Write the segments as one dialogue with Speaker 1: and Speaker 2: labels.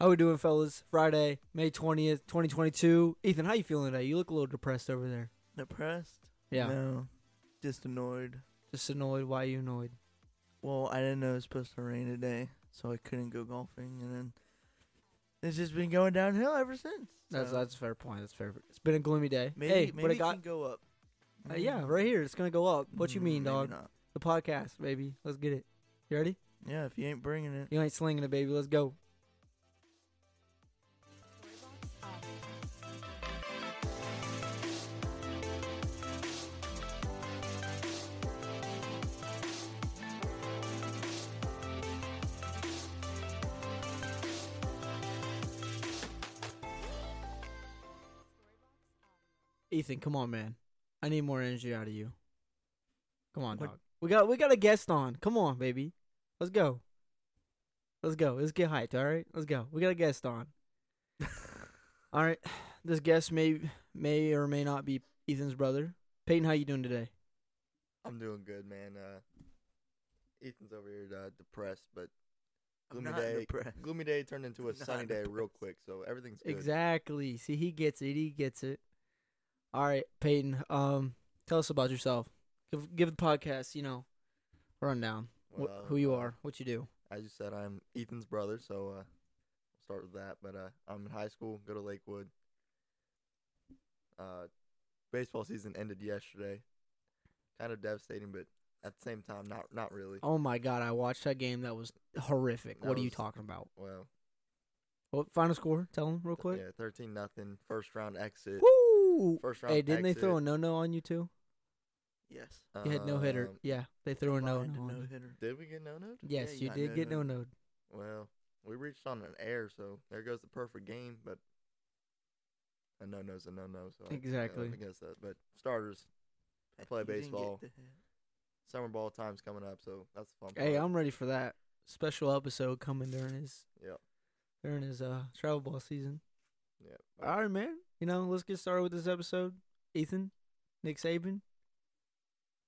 Speaker 1: How we doing, fellas? Friday, May twentieth, twenty twenty-two. Ethan, how you feeling today? You look a little depressed over there.
Speaker 2: Depressed?
Speaker 1: Yeah,
Speaker 2: No. Just annoyed.
Speaker 1: just annoyed. Why you annoyed?
Speaker 2: Well, I didn't know it was supposed to rain today, so I couldn't go golfing, and then it's just been going downhill ever since.
Speaker 1: That's
Speaker 2: so
Speaker 1: that's a fair point. That's fair. It's been a gloomy day.
Speaker 2: Maybe,
Speaker 1: hey,
Speaker 2: maybe
Speaker 1: what I
Speaker 2: it
Speaker 1: got?
Speaker 2: can go up.
Speaker 1: Uh, yeah, right here. It's gonna go up. What you
Speaker 2: Mm,
Speaker 1: mean,
Speaker 2: maybe
Speaker 1: dog?
Speaker 2: not.
Speaker 1: The podcast, baby. Let's get it. You ready?
Speaker 2: Yeah, if you ain't bringing it.
Speaker 1: You ain't slinging it, baby. Let's go. Ethan, come on, man. I need more energy out of you. Come on,
Speaker 2: What-
Speaker 1: dog. We got we got a guest on. Come on, baby. Let's go. Let's go. Let's get hyped. All right. Let's go. We got a guest on. all right. This guest may may or may not be Ethan's brother. Peyton, how you doing today?
Speaker 3: I'm doing good, man. Uh, Ethan's over here uh, depressed, but
Speaker 2: I'm
Speaker 3: gloomy
Speaker 2: not
Speaker 3: day.
Speaker 2: depressed.
Speaker 3: Gloomy day turned into a
Speaker 2: Not
Speaker 3: sunny day real
Speaker 2: depressed.
Speaker 3: quick, so everything's good.
Speaker 1: Exactly. See, he gets it. He gets it. All right, Peyton. Um, tell us about yourself. Give give the podcast, you know, a rundown. Wh-
Speaker 3: Well,
Speaker 1: who you
Speaker 3: uh,
Speaker 1: are, what you do.
Speaker 3: As you said, I'm Ethan's brother, so uh, I'll start with that. But uh, I'm in high school. Go to Lakewood. Uh, baseball season ended yesterday. Kind of devastating, but at the same time, not not really.
Speaker 1: Oh my God, I watched that game. That was horrific.
Speaker 3: That
Speaker 1: what are you
Speaker 3: was-
Speaker 1: talking about?
Speaker 3: Well,
Speaker 1: What final score? Tell him real quick.
Speaker 3: yeah, thirteen nothing. First round exit.
Speaker 1: Woo!
Speaker 3: First round.
Speaker 1: Hey, didn't they throw a
Speaker 3: exit,
Speaker 1: no no on you too?
Speaker 2: Yes.
Speaker 1: You had no hitter.
Speaker 3: um,
Speaker 1: Yeah, they threw a no
Speaker 2: Blind
Speaker 1: no.
Speaker 2: hitter.
Speaker 3: Did we get no no?
Speaker 1: Yes,
Speaker 2: Yeah, you
Speaker 1: you
Speaker 2: got
Speaker 1: did get no
Speaker 2: no-no'd.
Speaker 1: no.
Speaker 3: Well, we reached on an air, so there goes the perfect game, but a no no's a no no. So I- I,
Speaker 1: Exactly.
Speaker 3: I guess that. But starters,
Speaker 2: Heck,
Speaker 3: play
Speaker 2: you didn't get
Speaker 3: baseball.
Speaker 2: the hit.
Speaker 3: summer ball time's coming up, so that's the fun.
Speaker 1: Hey,
Speaker 3: part.
Speaker 1: I'm ready for that special episode coming during his
Speaker 3: Yep.
Speaker 1: during his uh travel ball season.
Speaker 3: Yep.
Speaker 1: All right, man. You know, let's get started with this episode. Ethan, Nick Saban.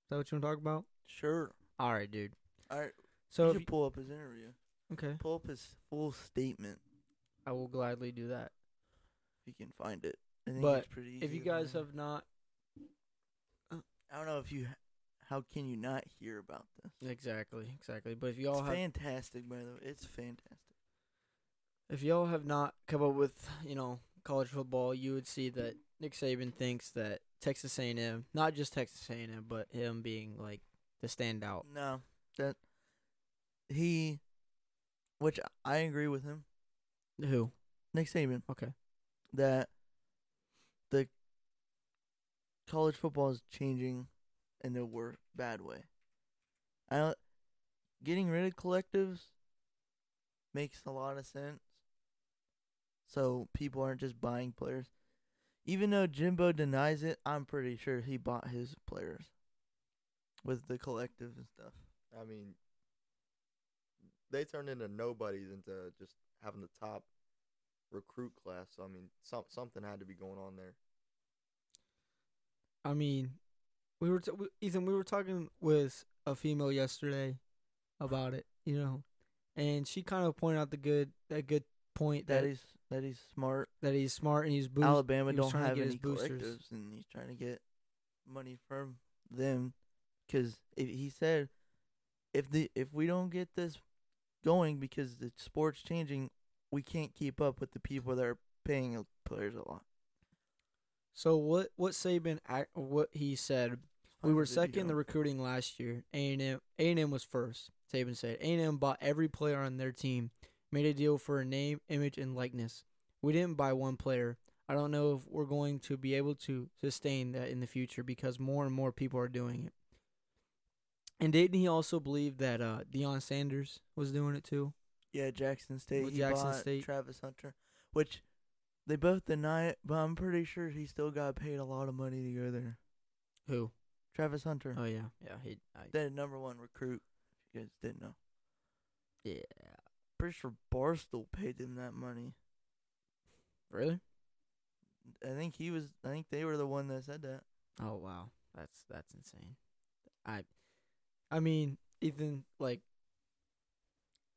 Speaker 1: Is that what you want to talk about?
Speaker 2: Sure.
Speaker 1: All right, dude.
Speaker 2: All right.
Speaker 1: So
Speaker 2: you
Speaker 1: if
Speaker 2: should
Speaker 1: you-
Speaker 2: pull up his interview.
Speaker 1: okay,
Speaker 2: Pull up his full statement
Speaker 1: I will gladly do that.
Speaker 2: if you can find it. I think
Speaker 1: But
Speaker 2: it's pretty
Speaker 1: If
Speaker 2: easy
Speaker 1: you
Speaker 2: to
Speaker 1: guys
Speaker 2: find.
Speaker 1: have not
Speaker 2: I don't know if you. How can you not hear about this?
Speaker 1: exactly, exactly, but if you all
Speaker 2: It's
Speaker 1: have
Speaker 2: fantastic, by the way. It's fantastic.
Speaker 1: If y'all have not come up with, you know, college football, you would see that Nick Saban thinks that Texas A&M, not just Texas A&M, but him being like the standout.
Speaker 2: No, that he, which I agree with him,
Speaker 1: Who?
Speaker 2: Nick Saban,
Speaker 1: Okay.
Speaker 2: that the college football is changing in a wor- bad way. I don't, getting rid of collectives makes a lot of sense. So people aren't just buying players. Even though Jimbo denies it, I'm pretty sure he bought his players with the collective and stuff.
Speaker 3: I mean, they turned into nobodies into just having the top recruit class. So I mean, some something had to be going on there.
Speaker 1: I mean, we were t- we, Ethan. We were talking with a female yesterday about it, you know, and she kind of pointed out the good that good point that
Speaker 2: That he's that he's smart.
Speaker 1: that he's smart and he's boosted.
Speaker 2: Alabama
Speaker 1: he was
Speaker 2: don't
Speaker 1: trying to
Speaker 2: have
Speaker 1: get his
Speaker 2: any
Speaker 1: boosters.
Speaker 2: collectives, and he's trying to get money from them. Because he said, if the if we don't get this going because the sport's changing, we can't keep up with the people that are paying the players a lot.
Speaker 1: So what what Saban ac- what he said We were second in the recruiting last year. A and M A and M was first. Saban said A and M bought every player on their team, made a deal for a name, image, and likeness. We didn't buy one player. I don't know if we're going to be able to sustain that in the future because more and more people are doing it. And didn't he also believe that uh, Deion Sanders was doing it too?
Speaker 2: yeah Jackson State.
Speaker 1: With
Speaker 2: he
Speaker 1: Jackson
Speaker 2: bought
Speaker 1: State.
Speaker 2: Travis Hunter, which they both deny it, but I'm pretty sure he still got paid a lot of money to go there.
Speaker 1: Who?
Speaker 2: Travis Hunter,
Speaker 1: Oh yeah, yeah. He, I,
Speaker 2: the number one recruit. If you guys didn't know.
Speaker 1: yeah.
Speaker 2: pretty sure Barstool paid him that money.
Speaker 1: Really?
Speaker 2: I think he was. I think they were the one that said that.
Speaker 1: Oh wow, that's that's insane. I, I mean, Ethan, like,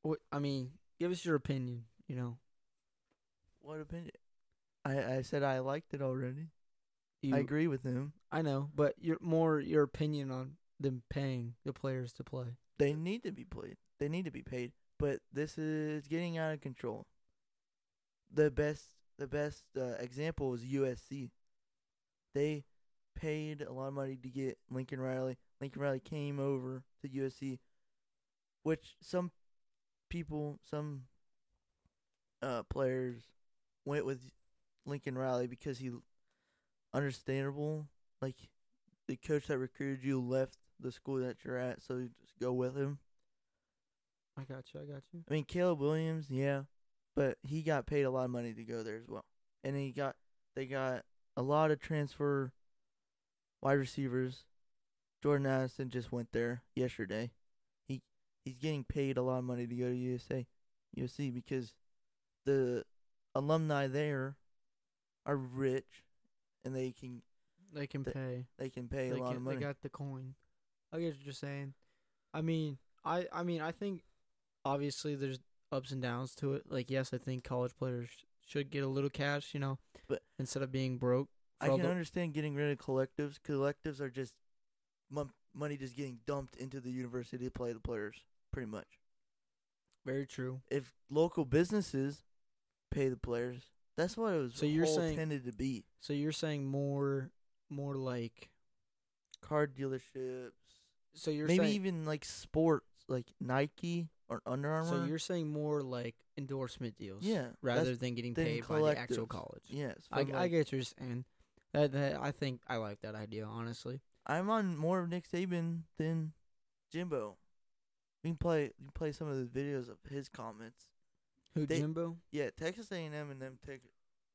Speaker 1: what? I mean, give us your opinion. You know,
Speaker 2: What opinion? I, I said I liked it already.
Speaker 1: You,
Speaker 2: I agree with him.
Speaker 1: I know, but your more your opinion on them paying the players to play.
Speaker 2: They need to be played. They need to be paid. But this is getting out of control. The best the best uh, example was USC. They paid a lot of money to get Lincoln Riley. Lincoln Riley came over to USC, which some people, some uh, players went with Lincoln Riley because he understandable. Like the coach that recruited you left the school that you're at, so you just go with him.
Speaker 1: I got you. I got you.
Speaker 2: I mean, Caleb Williams, yeah, but he got paid a lot of money to go there as well, and he got they got a lot of transfer wide receivers. Jordan Addison just went there yesterday. He he's getting paid a lot of money to go to USA, USC because the alumni there are rich, and they can
Speaker 1: They can
Speaker 2: They-
Speaker 1: pay.
Speaker 2: they can pay
Speaker 1: They,
Speaker 2: a lot
Speaker 1: can,
Speaker 2: of
Speaker 1: they
Speaker 2: money.
Speaker 1: got the coin. I get what you're saying. I mean, I I mean, I think obviously there's ups and downs to it. Like yes, I think college players should get a little cash, you know,
Speaker 2: But-
Speaker 1: instead of being broke.
Speaker 2: I
Speaker 1: for all
Speaker 2: can
Speaker 1: the-
Speaker 2: understand getting rid of collectives. Collectives are just mon- money just getting dumped into the university to play the players, pretty much.
Speaker 1: Very true.
Speaker 2: If local businesses pay the players, that's what it was
Speaker 1: So you're
Speaker 2: all
Speaker 1: saying-
Speaker 2: intended to be.
Speaker 1: So you're saying more, more like.
Speaker 2: Car dealerships,
Speaker 1: So you're
Speaker 2: maybe
Speaker 1: saying,
Speaker 2: even like sports, like Nike or Under Armour.
Speaker 1: So you're saying more like endorsement deals,
Speaker 2: yeah,
Speaker 1: rather
Speaker 2: that's-
Speaker 1: than getting
Speaker 2: than
Speaker 1: paid by the actual
Speaker 2: collectives.
Speaker 1: college.
Speaker 2: yes.
Speaker 1: I,
Speaker 2: from,
Speaker 1: I
Speaker 2: like-
Speaker 1: get what you're saying. That, that I think I like that idea honestly.
Speaker 2: I'm on more of Nick Saban than Jimbo. We can play you can play some of the videos of his comments.
Speaker 1: Who
Speaker 2: They-
Speaker 1: Jimbo?
Speaker 2: Yeah, Texas A&M and them took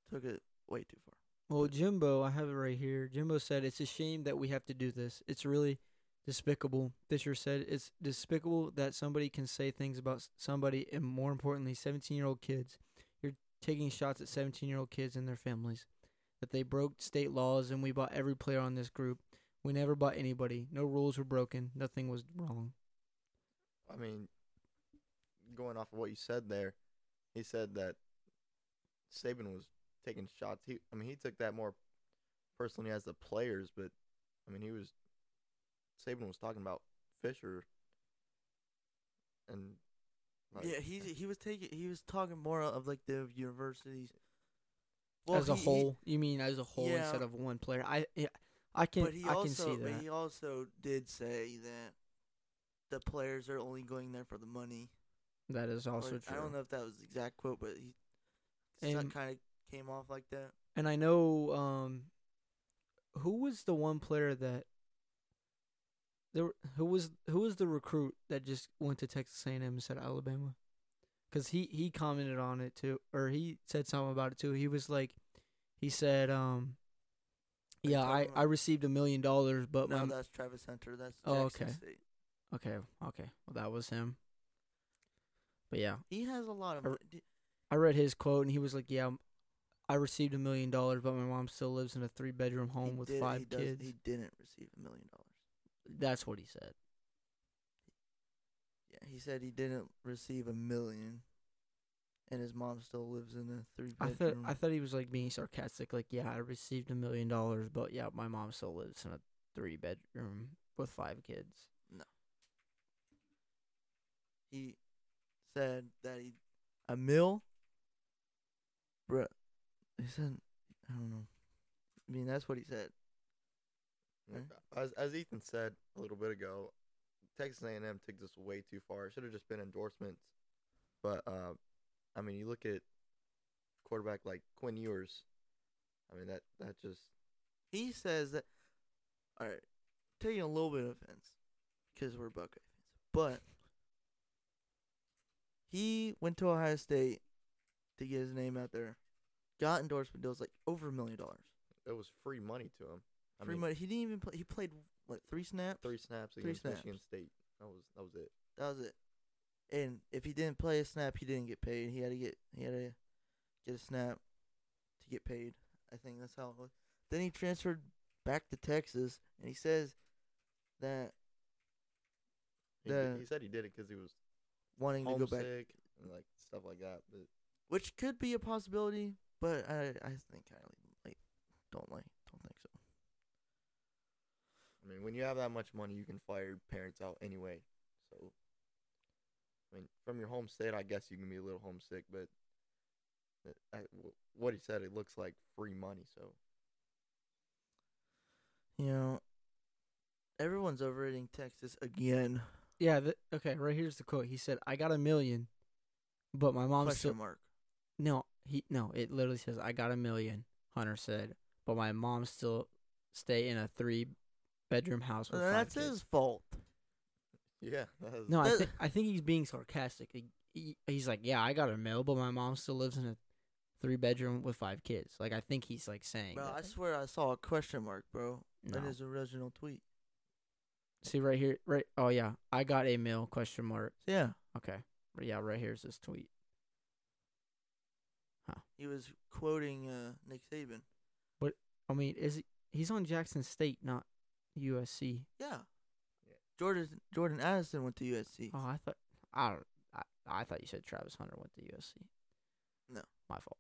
Speaker 2: took it way too far.
Speaker 1: Well, Jimbo, I have it right here. Jimbo said, "It's a shame that we have to do this. It's really despicable." Fisher said, "It's despicable that somebody can say things about s- somebody, and more importantly, 17-year-old kids. You're taking shots at 17-year-old kids and their families. That they broke state laws, and we bought every player on this group. We never bought anybody. No rules were broken. Nothing was wrong.
Speaker 3: I mean, going off of what you said there, he said that Saban was taking shots. He, I mean, he took that more personally as the players, but I mean, he was Saban was talking about Fisher and like,
Speaker 2: yeah, he's he was taking he was talking more of like the universities
Speaker 1: as a
Speaker 2: he- he-
Speaker 1: whole, you mean as a whole
Speaker 2: Yeah.
Speaker 1: instead of one player? I, yeah, I can,
Speaker 2: but he
Speaker 1: I
Speaker 2: also
Speaker 1: can see that.
Speaker 2: but he also did say that the players are only going there for the money.
Speaker 1: that is
Speaker 2: Or-
Speaker 1: also true.
Speaker 2: I don't know if that was the exact quote, but he
Speaker 1: And-
Speaker 2: kind of came off like that.
Speaker 1: And I know um who was the one player that there were- who was who was the recruit that just went to Texas A&M and said Alabama? Cuz he he commented on it too or he said something about it too. He was like he said um
Speaker 2: Are you
Speaker 1: yeah,
Speaker 2: talking
Speaker 1: I,
Speaker 2: about-
Speaker 1: I received a million dollars, but my
Speaker 2: no, that's Travis Hunter. That's
Speaker 1: Oh,
Speaker 2: Jackson
Speaker 1: okay.
Speaker 2: State.
Speaker 1: okay, okay, well that was him. But yeah,
Speaker 2: He has a lot of.
Speaker 1: I
Speaker 2: Money. D-
Speaker 1: I read his quote and he was like, "Yeah, I received a million dollars, but my mom still lives in a three bedroom
Speaker 2: He
Speaker 1: home with
Speaker 2: did-
Speaker 1: five
Speaker 2: he does-
Speaker 1: kids."
Speaker 2: He didn't receive a million dollars.
Speaker 1: That's what he said.
Speaker 2: Yeah, he said he didn't receive a million, and his mom still lives in a three
Speaker 1: I thought
Speaker 2: bedroom.
Speaker 1: I thought he was like being sarcastic, like, yeah, I received a million dollars, but yeah, my mom still lives in a three bedroom with five kids.
Speaker 2: he said that he a mill. Bruh, he said I don't know. I mean, that's what he said.
Speaker 3: Like, uh, As, as Ethan said a little bit ago, Texas A&M took this way too far. It should have just been endorsements. But uh, I mean, you look at quarterback like Quinn Ewers. I mean that that just
Speaker 2: He says that. All right, taking a little bit of offense because we're Buckeye fans, but he went to Ohio State to get his name out there, got endorsement deals like over a million dollars.
Speaker 3: it was free money to him. I
Speaker 2: Pretty
Speaker 3: mean,
Speaker 2: much, he didn't even play. He played what three snaps?
Speaker 3: Three snaps
Speaker 2: Three
Speaker 3: against Michigan
Speaker 2: snaps.
Speaker 3: State. That was that was it.
Speaker 2: That was it. And if he didn't play a snap, he didn't get paid. He had to get he had to get a snap to get paid. I think that's how it was. Then he transferred back to Texas, and he says that
Speaker 3: He, did-
Speaker 2: The-
Speaker 3: he said he did it because he was
Speaker 2: wanting to go back,
Speaker 3: homesick and like stuff like that. But
Speaker 2: which could be a possibility, But I I think I like don't like don't think so.
Speaker 3: I mean, when you have that much money, you can fire your parents out anyway. So, I mean, from your homestead, I guess you can be a little homesick, but th- I, wh- what he said, it looks like free money. So,
Speaker 2: You know, everyone's overrating Texas again.
Speaker 1: Yeah. Th- okay. Right here's the quote. He said, "I got a million, but my mom
Speaker 2: question
Speaker 1: still
Speaker 2: mark.
Speaker 1: no. He no. It literally says, "I got a million, Hunter said, but my mom still stay in a three bedroom house with
Speaker 2: Uh,
Speaker 1: five
Speaker 2: that's
Speaker 1: kids."
Speaker 2: his fault.
Speaker 3: yeah. That is,
Speaker 1: No, I,
Speaker 2: That-
Speaker 1: thi- I think he's being sarcastic. He, he- he's like, yeah, I got a mill, but my mom still lives in a three bedroom with five kids. Like, I think he's like saying,
Speaker 2: Bro,
Speaker 1: that.
Speaker 2: I swear I saw a question mark, bro,
Speaker 1: no.
Speaker 2: in his original tweet.
Speaker 1: See right here, right? Oh yeah, I got a mill? Question mark.
Speaker 2: Yeah.
Speaker 1: Okay, Right- yeah, right here's this tweet.
Speaker 2: He was quoting uh, Nick Saban.
Speaker 1: I mean, is he, he's on Jackson State, not USC?
Speaker 2: Yeah.
Speaker 3: Yeah.
Speaker 2: Jordan Jordan Addison went to USC.
Speaker 1: Oh, I thought I don't. I, I thought you said Travis Hunter went to USC.
Speaker 2: No.
Speaker 1: my fault.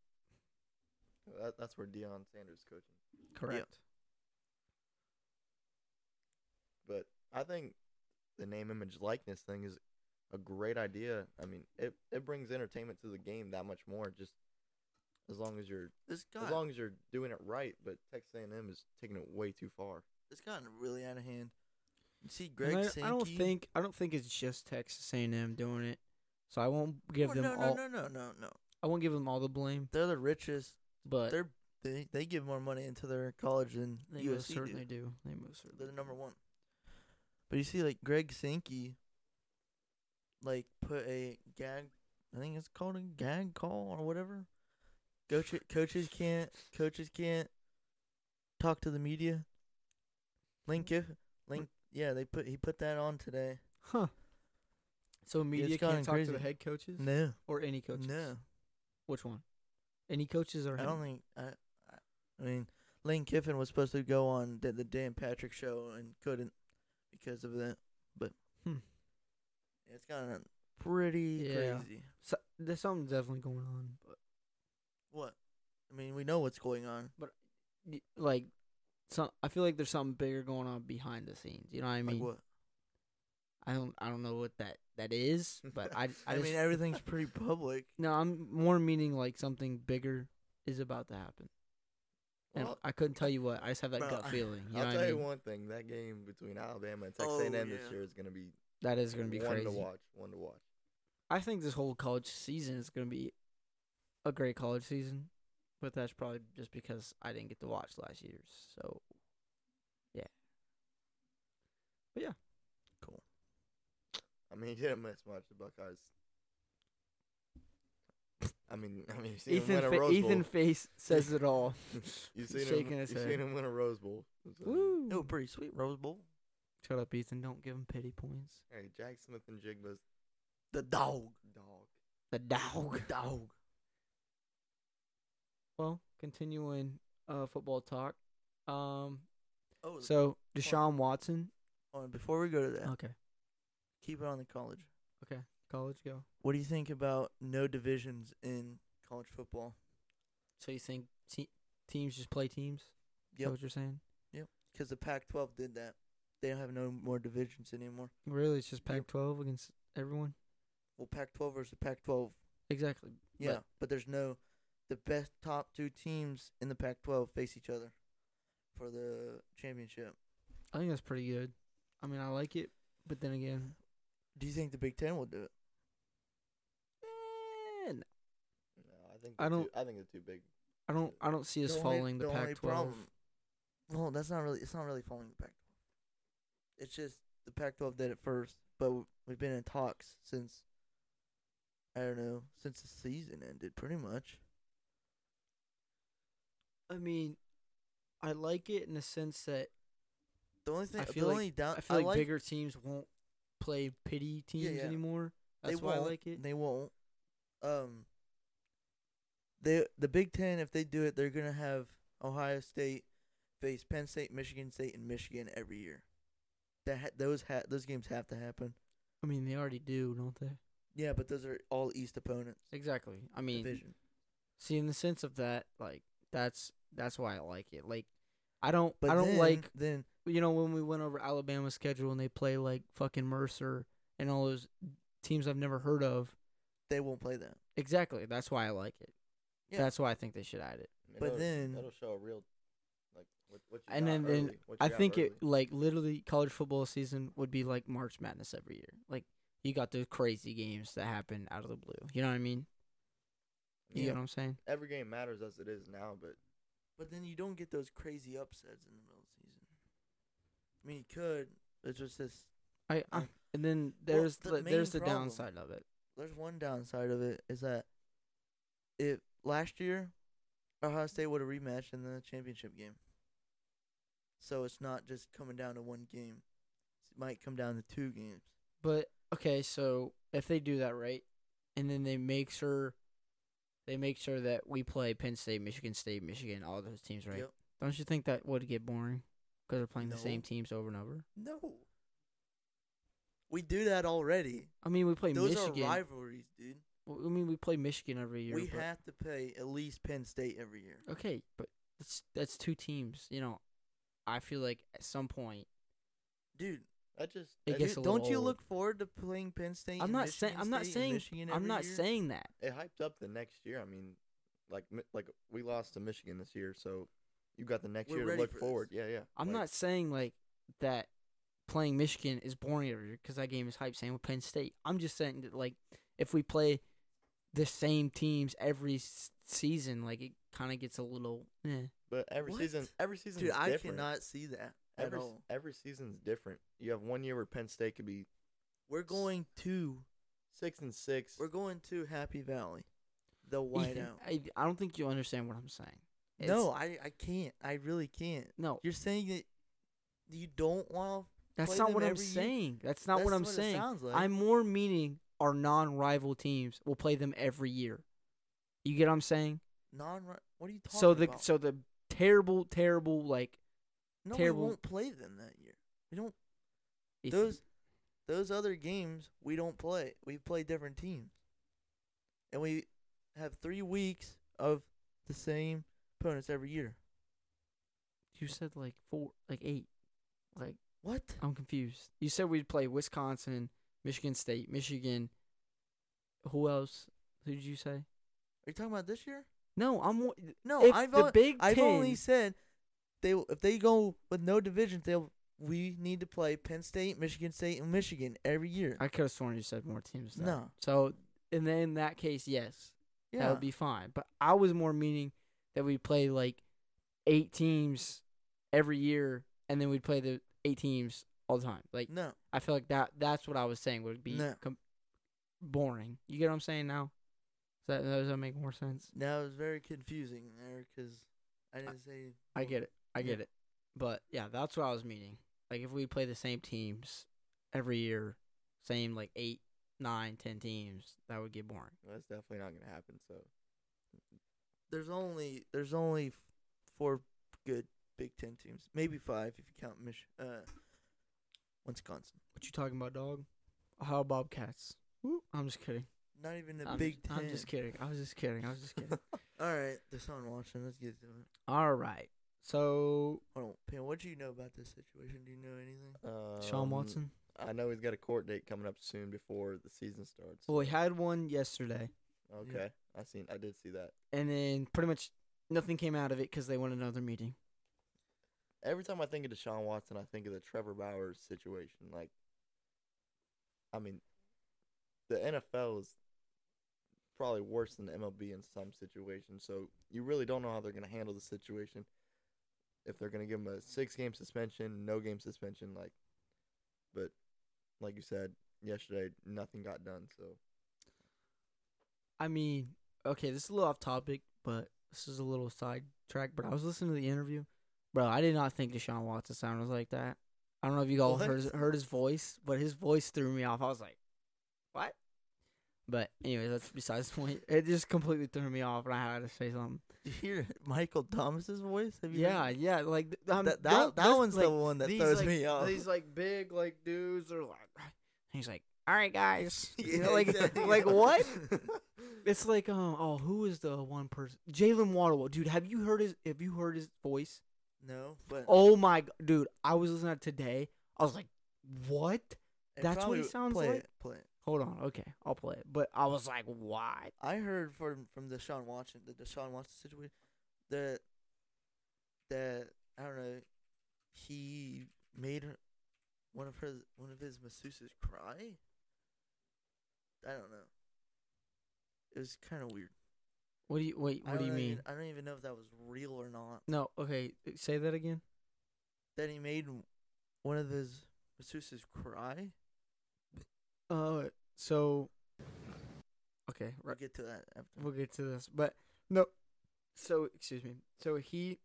Speaker 3: that, that's where Deion Sanders coaching.
Speaker 1: Correct.
Speaker 3: But I think the name, image, likeness thing is a great idea. I mean, it it brings entertainment to the game that much more. Just as long as you're
Speaker 2: This
Speaker 3: as
Speaker 2: got
Speaker 3: long as you're doing it right. But Texas A&M is taking it way too far.
Speaker 2: it's gotten really out of hand. You see
Speaker 1: And
Speaker 2: Greg Sankey.
Speaker 1: I, I don't think I don't think it's just Texas A&M doing it. So I won't give
Speaker 2: Oh,
Speaker 1: them
Speaker 2: no,
Speaker 1: all.
Speaker 2: no, no, no, no, no.
Speaker 1: I won't give them all the blame,
Speaker 2: They're the richest.
Speaker 1: but
Speaker 2: They're they, they give more money into their college than
Speaker 1: they most
Speaker 2: USC
Speaker 1: certainly
Speaker 2: do.
Speaker 1: do. They most certainly.
Speaker 2: They're
Speaker 1: do.
Speaker 2: the number one. But you see, like Greg Sankey, like put a gag. I think it's called a gag call or whatever. Coach, coaches can't coaches can't talk to the media. Link if link yeah they put he put that on today.
Speaker 1: Huh. So media
Speaker 2: gotten
Speaker 1: can't talk to the
Speaker 2: crazy.
Speaker 1: head coaches
Speaker 2: No,
Speaker 1: or any coaches.
Speaker 2: no,
Speaker 1: Which one? Any coaches or
Speaker 2: I
Speaker 1: head-
Speaker 2: don't think I. I- I mean, Lane Kiffin was supposed to go on the, the Dan Patrick show and couldn't because of that. But
Speaker 1: Hmm.
Speaker 2: it's gotten pretty
Speaker 1: Yeah.
Speaker 2: crazy.
Speaker 1: So, there's something definitely going on, but
Speaker 2: What? I mean, we know what's going on.
Speaker 1: y- like, some I feel like there's something bigger going on behind the scenes. You know what I mean?
Speaker 2: like what?
Speaker 1: I don't I don't know what that that is, but I I,
Speaker 2: I,
Speaker 1: just,
Speaker 2: mean, everything's pretty public.
Speaker 1: no, I'm more meaning like something bigger is about to happen, and
Speaker 3: Well,
Speaker 1: I couldn't tell you what. I just have that
Speaker 2: bro,
Speaker 1: gut
Speaker 2: I-
Speaker 1: feeling. You know
Speaker 3: I'll
Speaker 1: what
Speaker 3: tell
Speaker 1: I
Speaker 3: you
Speaker 1: mean?
Speaker 3: one thing: that game between Alabama and Texas
Speaker 2: Oh,
Speaker 3: A&M
Speaker 2: yeah.
Speaker 3: this year is going to be
Speaker 1: That is gonna be
Speaker 3: one to
Speaker 1: crazy.
Speaker 3: watch. One to watch.
Speaker 1: I think this whole college season is going to be a great college season, but that's probably just because I didn't get to watch last year. So, yeah. But yeah,
Speaker 3: I mean, you didn't miss much. The Buckeyes. I mean, I mean, you seen him
Speaker 1: Ethan
Speaker 3: win a
Speaker 1: Fa-
Speaker 3: Rose Bowl.
Speaker 1: Ethan Face says it all.
Speaker 3: you seen
Speaker 1: shaking
Speaker 3: him.
Speaker 1: his
Speaker 3: you
Speaker 1: head.
Speaker 3: seen him win a Rose Bowl. So,
Speaker 1: Woo!
Speaker 2: It was pretty sweet Rose Bowl.
Speaker 1: Shut up, Ethan. Don't give him pity points.
Speaker 3: Hey, Jack Smith and Jigba's
Speaker 2: The dog.
Speaker 3: dog.
Speaker 1: The dog.
Speaker 2: Dog.
Speaker 1: Well, continuing uh, football talk. Um,
Speaker 2: Oh,
Speaker 1: so
Speaker 2: so
Speaker 1: Deshaun Watson.
Speaker 2: before we go to that,
Speaker 1: Okay.
Speaker 2: keep it on the college.
Speaker 1: Okay. College go.
Speaker 2: What do you think about no divisions in college football?
Speaker 1: So you think te- teams just play teams? Is that
Speaker 2: Yep.
Speaker 1: what you're saying?
Speaker 2: Because the Pac-12 did that. They don't have no more divisions anymore.
Speaker 1: Really, it's just
Speaker 2: Yep.
Speaker 1: Pac-12 against everyone.
Speaker 2: Well, Pac-12 versus Pac-12.
Speaker 1: Exactly.
Speaker 2: Yeah, but, there's no. The best top two teams in the Pac-12 face each other for the championship.
Speaker 1: I think that's pretty good. I mean, I like it, but then again,
Speaker 2: Do you think the Big Ten will do it?
Speaker 1: man,
Speaker 3: No, I think
Speaker 1: I
Speaker 3: they're
Speaker 1: don't-
Speaker 3: too- I think they're too big.
Speaker 1: I don't, I don't see us
Speaker 2: The only-
Speaker 1: following the,
Speaker 2: the only
Speaker 1: Pac-12.
Speaker 2: problem- Well, that's not really. It's not really following the Pac-12. It's just the Pac-12 did it first, but w- we've been in talks since. I don't know since the season ended, pretty much.
Speaker 1: I mean, I like it in the sense that
Speaker 2: The only thing,
Speaker 1: I feel
Speaker 2: the
Speaker 1: like-
Speaker 2: only down,
Speaker 1: I feel like,
Speaker 2: like
Speaker 1: bigger teams won't play pity teams
Speaker 2: yeah.
Speaker 1: anymore.
Speaker 2: They
Speaker 1: That's why I
Speaker 2: won't.
Speaker 1: like it.
Speaker 2: They won't. Um. They the Big Ten, if they do it, they're gonna have Ohio State face Penn State, Michigan State, and Michigan every year. That ha- those ha- those games have to happen.
Speaker 1: I mean, they already do, don't they?
Speaker 2: Yeah, but those are all East opponents.
Speaker 1: Exactly. I mean,
Speaker 2: division.
Speaker 1: See, in the sense of that, like that's that's why I like it. Like I don't
Speaker 2: But
Speaker 1: I don't
Speaker 2: then-
Speaker 1: like
Speaker 2: then
Speaker 1: you know when we went over Alabama's schedule and they play like fucking Mercer and all those teams I've never heard of.
Speaker 2: they won't play that.
Speaker 1: Exactly. That's why I like it.
Speaker 2: Yeah.
Speaker 1: That's why I think they should add it.
Speaker 3: I mean,
Speaker 2: But
Speaker 3: that'll-
Speaker 2: then-
Speaker 3: that'll show a real, like, what, what you
Speaker 1: And
Speaker 3: got
Speaker 1: then- then
Speaker 3: early, what
Speaker 1: I
Speaker 3: you got
Speaker 1: think
Speaker 3: early.
Speaker 1: it like literally college football season would be like March Madness every year. Like you got those crazy games that happen out of the blue. You know what I mean? You
Speaker 2: Yeah.
Speaker 1: get what I'm saying?
Speaker 3: Every game matters as it is now, but
Speaker 2: But then you don't get those crazy upsets in the middle of the season. I mean, you could. It's just this.
Speaker 1: I, I
Speaker 2: Yeah.
Speaker 1: and then
Speaker 2: Well,
Speaker 1: there's
Speaker 2: the
Speaker 1: the,
Speaker 2: main
Speaker 1: there's the
Speaker 2: problem-
Speaker 1: downside of it.
Speaker 2: There's one downside of it is that if last year Ohio State would have rematched in the championship game. So it's not just coming down to one game. It might come down to two games.
Speaker 1: But okay, so if they do that right, and then they make sure they make sure that we play Penn State, Michigan State, Michigan, all those teams, right?
Speaker 2: Yep.
Speaker 1: Don't you think that would get boring because they're playing the same
Speaker 2: No.
Speaker 1: teams over and over?
Speaker 2: No. We do that already.
Speaker 1: I mean, we play
Speaker 2: Those
Speaker 1: Michigan.
Speaker 2: are rivalries, dude.
Speaker 1: Well, I mean, we play Michigan every year.
Speaker 2: we
Speaker 1: but- Uh,
Speaker 2: have to pay at least Penn State every year.
Speaker 1: okay, but that's that's two teams. You know, I feel like at some point
Speaker 2: Dude,
Speaker 3: that just
Speaker 1: It
Speaker 3: that
Speaker 1: gets
Speaker 3: just-
Speaker 1: a
Speaker 2: Dude,
Speaker 1: little
Speaker 2: don't you
Speaker 1: old.
Speaker 2: look forward to playing Penn State?
Speaker 1: I'm
Speaker 2: and
Speaker 1: not
Speaker 2: Michigan
Speaker 1: saying I'm not
Speaker 2: State and
Speaker 1: saying
Speaker 2: Michigan
Speaker 1: I'm
Speaker 2: every
Speaker 1: not
Speaker 2: year?
Speaker 1: saying that.
Speaker 3: it hyped up the next year. I mean, like mi- like we lost to Michigan this year, so you got the next
Speaker 2: We're
Speaker 3: year to
Speaker 2: ready for
Speaker 3: look
Speaker 2: this.
Speaker 3: forward. Yeah, yeah.
Speaker 1: I'm
Speaker 3: Like,
Speaker 1: not saying like that playing Michigan is boring every year because that game is hype. Same with Penn State. I'm just saying that like if we play the same teams every s- season, like it kind of gets a little. Eh.
Speaker 3: But every
Speaker 2: What?
Speaker 3: season, every season,
Speaker 2: Dude, I
Speaker 3: different.
Speaker 2: cannot see that at
Speaker 3: Every s-
Speaker 2: all.
Speaker 3: every season's different. You have one year where Penn State could be
Speaker 2: We're going to
Speaker 3: six and six.
Speaker 2: we're going to Happy Valley, the whiteout.
Speaker 1: Ethan, I, I don't think you understand what I'm saying. It's-
Speaker 2: no, I I can't. I really can't.
Speaker 1: no,
Speaker 2: You're saying that you don't want.
Speaker 1: that's
Speaker 2: play
Speaker 1: not
Speaker 2: them
Speaker 1: what I'm
Speaker 2: every year?
Speaker 1: saying. That's not what
Speaker 2: That's
Speaker 1: I'm
Speaker 2: what it
Speaker 1: saying.
Speaker 2: sounds like.
Speaker 1: I'm more meaning our non-rival teams will play them every year. You get what I'm saying?
Speaker 2: non. What are you talking
Speaker 1: so the
Speaker 2: about?
Speaker 1: so the terrible, terrible like
Speaker 2: no,
Speaker 1: terrible-
Speaker 2: we won't play them that year. We don't.
Speaker 1: Ethan,
Speaker 2: Those those other games we don't play. We play different teams. And we have three weeks of the same opponents every year.
Speaker 1: You said like four, like eight. Like
Speaker 2: What?
Speaker 1: I'm confused. You said we'd play Wisconsin, Michigan State, Michigan. Who else? Who did you say?
Speaker 2: Are you talking about this year?
Speaker 1: No, I'm. wa-
Speaker 2: No,
Speaker 1: If
Speaker 2: I've
Speaker 1: the
Speaker 2: on-
Speaker 1: Big
Speaker 2: I've only
Speaker 1: Ten-
Speaker 2: said they will- if they go with no divisions, they'll we need to play Penn State, Michigan State, and Michigan every year.
Speaker 1: I could have sworn you said more teams. Though.
Speaker 2: No.
Speaker 1: So, and then in that case, yes,
Speaker 2: yeah,
Speaker 1: that would be fine. But I was more meaning that we play like eight teams every year, and then we'd play the eight teams all the time. Like
Speaker 2: no,
Speaker 1: I feel like that. That's what I was saying would be
Speaker 2: No.
Speaker 1: com- boring. You get what I'm saying now? Does that, does that make more sense?
Speaker 2: that was very confusing there because I didn't say.
Speaker 1: I get it. I
Speaker 2: Yeah.
Speaker 1: get it. But yeah, that's what I was meaning. Like if we play the same teams every year, same like eight, nine, ten teams, that would get boring.
Speaker 3: Well, that's definitely not gonna happen. So
Speaker 2: There's only there's only f- four good Big Ten teams, maybe five if you count Mich- uh, Wisconsin.
Speaker 1: What you talking about, dog? How Bobcats? Woo. I'm just kidding.
Speaker 2: Not even the
Speaker 1: I'm,
Speaker 2: Big
Speaker 1: just-
Speaker 2: Ten.
Speaker 1: I'm just kidding. I was just kidding. I was just kidding.
Speaker 2: All right, the sun watching. Let's get to it.
Speaker 1: All right. So
Speaker 2: Hold on, Pam. What do you know about this situation? Do you know anything?
Speaker 1: Sean
Speaker 3: um,
Speaker 1: Watson.
Speaker 3: I know he's got a court date coming up soon before the season starts.
Speaker 1: Well, he had one yesterday,
Speaker 3: okay, I seen. I did see that.
Speaker 1: and then pretty much nothing came out of it because they went another meeting.
Speaker 3: Every time I think of Deshaun Watson, I think of the Trevor Bowers situation. Like, I mean, the NFL is probably worse than the MLB in some situations. So you really don't know how they're going to handle the situation. If they're going to give him a six-game suspension, no-game suspension, like, but like you said yesterday, nothing got done. So
Speaker 1: I mean, okay, this is a little off topic, but this is a little sidetrack. But I was listening to the interview, bro. I did not think Deshaun Watson sounded like that. I don't know if you all
Speaker 3: What?
Speaker 1: heard, heard his voice, but his voice threw me off. I was like, "What?" But anyway, that's besides the point. It just completely threw me off, and I had to say something.
Speaker 2: Did you hear Michael Thomas's voice? Have you heard-
Speaker 1: Yeah, yeah, like th- um,
Speaker 2: that,
Speaker 1: tho-
Speaker 2: that, that
Speaker 1: those,
Speaker 2: one's
Speaker 1: like,
Speaker 2: the one that
Speaker 1: these,
Speaker 2: throws
Speaker 1: like-
Speaker 2: me off.
Speaker 1: These like big like dudes are like, he's like, "All right, guys," You
Speaker 2: Yeah,
Speaker 1: know, like
Speaker 2: exactly.
Speaker 1: like what? It's like um oh who is the one person Jalen Waddle dude have you heard his have you heard his voice
Speaker 2: No, but
Speaker 1: oh my g- dude I was listening to it today I was like what
Speaker 2: it
Speaker 1: that's what
Speaker 2: probably-
Speaker 1: he sounds
Speaker 2: play
Speaker 1: like?
Speaker 2: It, play it.
Speaker 1: hold on okay I'll play it but I was like what
Speaker 2: I heard from from Deshaun Watson, the Deshaun Watson situation, that that I don't know, he made her, one of her one of his masseuses cry. I don't know. It was kind of weird.
Speaker 1: what do you wait
Speaker 2: I
Speaker 1: what do you
Speaker 2: don't even-
Speaker 1: mean
Speaker 2: I don't even know if that was real or not.
Speaker 1: no okay say that again
Speaker 2: That he made one of his masseuses cry.
Speaker 1: uh so okay
Speaker 2: We'll
Speaker 1: right
Speaker 2: get to that after.
Speaker 1: we'll get to this but no so excuse me so he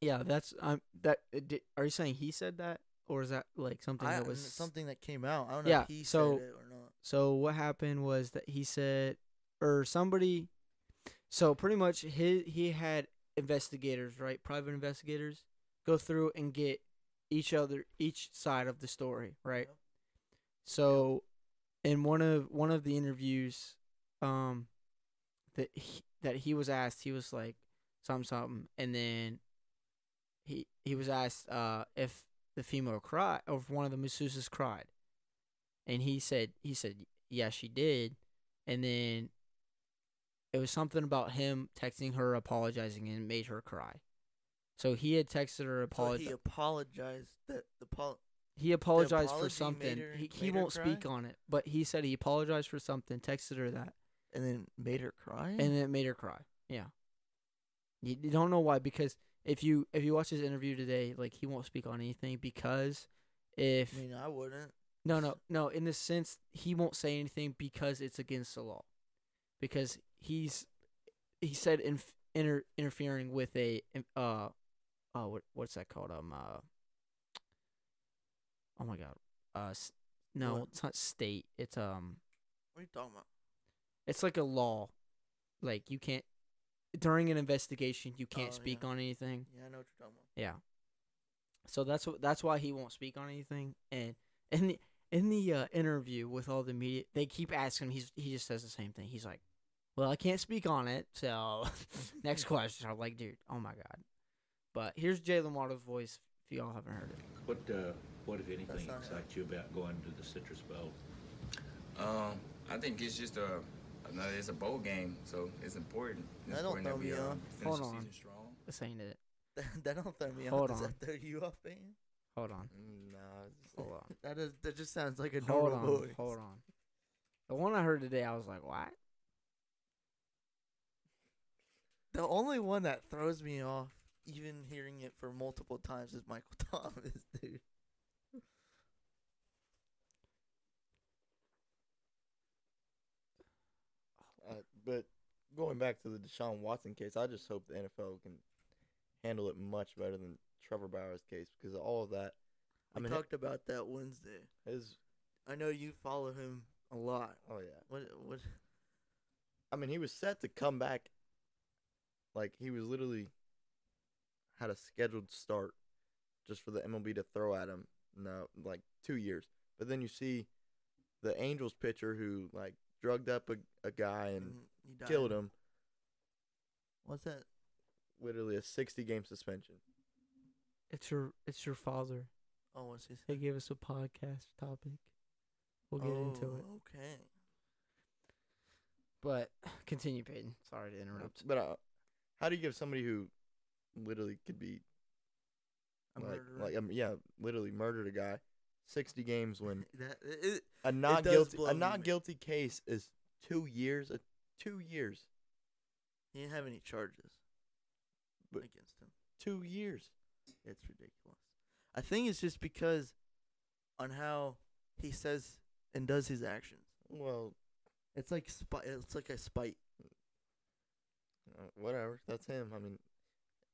Speaker 1: yeah that's I'm that it di- are you saying he said that or is that like something
Speaker 2: I,
Speaker 1: that was
Speaker 2: something that came out. I don't know
Speaker 1: Yeah,
Speaker 2: if he
Speaker 1: so-
Speaker 2: said it or not.
Speaker 1: So what happened was that he said, or somebody, so pretty much he he had investigators, right, private investigators, go through and get each other each side of the story, right.
Speaker 2: Yep.
Speaker 1: So, in one of one of the interviews, um, that he, that he was asked, he was like something something, and then he he was asked uh if the female cried or if one of the masseuses cried, and he said he said yeah she did, and then it was something about him texting her apologizing and made her cry. So he had texted her
Speaker 2: So
Speaker 1: apologizing
Speaker 2: he apologized that the pol-
Speaker 1: he apologized
Speaker 2: apology
Speaker 1: for
Speaker 2: made
Speaker 1: something.
Speaker 2: her-
Speaker 1: he he
Speaker 2: made her
Speaker 1: won't
Speaker 2: cry?
Speaker 1: speak on it, but he said he apologized for something, texted her that,
Speaker 2: and then made her cry.
Speaker 1: and it made her cry. Yeah. You, you don't know why because if you if you watch his interview today, like he won't speak on anything because if
Speaker 2: I mean, I wouldn't.
Speaker 1: no no no in the sense he won't say anything because it's against the law because he's he said inf- inter- interfering with a in- uh oh what what's that called um uh oh my god uh s- no
Speaker 2: What?
Speaker 1: it's not state it's um
Speaker 2: What are you talking about?
Speaker 1: it's like a law like you can't during an investigation you can't
Speaker 2: Oh,
Speaker 1: speak
Speaker 2: yeah.
Speaker 1: on anything
Speaker 2: Yeah, I know what you're talking about.
Speaker 1: yeah. So that's wh- that's why he won't speak on anything. And in the in the uh, interview with all the media, they keep asking. He's he just says the same thing. He's like, "Well, I can't speak on it." So next question. I'm like, dude, oh my god. But here's Jalen Waddle's voice. If y'all haven't heard it,
Speaker 4: What, uh, what if anything
Speaker 2: not-
Speaker 4: excites you about going to the Citrus Bowl?
Speaker 5: Um, I think it's just a, another, it's a bowl game, so it's important. It's
Speaker 2: That don't
Speaker 5: important uh,
Speaker 2: throw me off.
Speaker 5: finish the
Speaker 1: Hold on.
Speaker 5: season strong.
Speaker 1: this ain't it.
Speaker 2: That, that don't throw me
Speaker 1: Hold
Speaker 2: off. Does
Speaker 1: on.
Speaker 2: that throw you off, man?
Speaker 1: Hold on,
Speaker 3: Mm, Nah, it's-
Speaker 1: hold on,
Speaker 2: That is. That just sounds like a
Speaker 1: hold
Speaker 2: normal
Speaker 1: on,
Speaker 2: voice.
Speaker 1: hold on. The one I heard today, I was like, what?
Speaker 2: The only one that throws me off, even hearing it for multiple times, is Michael Thomas, dude.
Speaker 3: uh, but going back to the Deshaun Watson case, I just hope the NFL can handle it much better than Trevor Bauer's case because all of that. I
Speaker 2: We
Speaker 3: mean,
Speaker 2: talked about that Wednesday.
Speaker 3: his
Speaker 2: I know you follow him a lot.
Speaker 3: oh yeah.
Speaker 2: What? What?
Speaker 3: I mean, he was set to come back. Like he was literally had a scheduled start just for the MLB to throw at him. No, like two years. But then you see the Angels pitcher who like drugged up a, a guy and
Speaker 2: mm, he died.
Speaker 3: killed him.
Speaker 2: What's that?
Speaker 3: Literally a sixty game suspension.
Speaker 1: It's your it's your father.
Speaker 2: Oh, what's he?
Speaker 1: He gave us a podcast topic. We'll get into it.
Speaker 2: Oh, Okay.
Speaker 1: But continue, Peyton. Sorry to interrupt.
Speaker 3: But uh, how do you give somebody who literally could be
Speaker 2: A
Speaker 3: like,
Speaker 2: murderer.
Speaker 3: like um, yeah, literally murdered a guy, sixty games when
Speaker 2: that it,
Speaker 3: a not
Speaker 2: does
Speaker 3: guilty
Speaker 2: blow
Speaker 3: a
Speaker 2: me
Speaker 3: not
Speaker 2: away.
Speaker 3: guilty case is two years. A two years.
Speaker 2: he didn't have any charges
Speaker 3: But-
Speaker 2: against him.
Speaker 3: Two years.
Speaker 2: It's ridiculous. I think it's just because on how he says and does his actions.
Speaker 3: Well,
Speaker 2: It's like spite. It's like a spite.
Speaker 3: uh, whatever. That's him. I mean,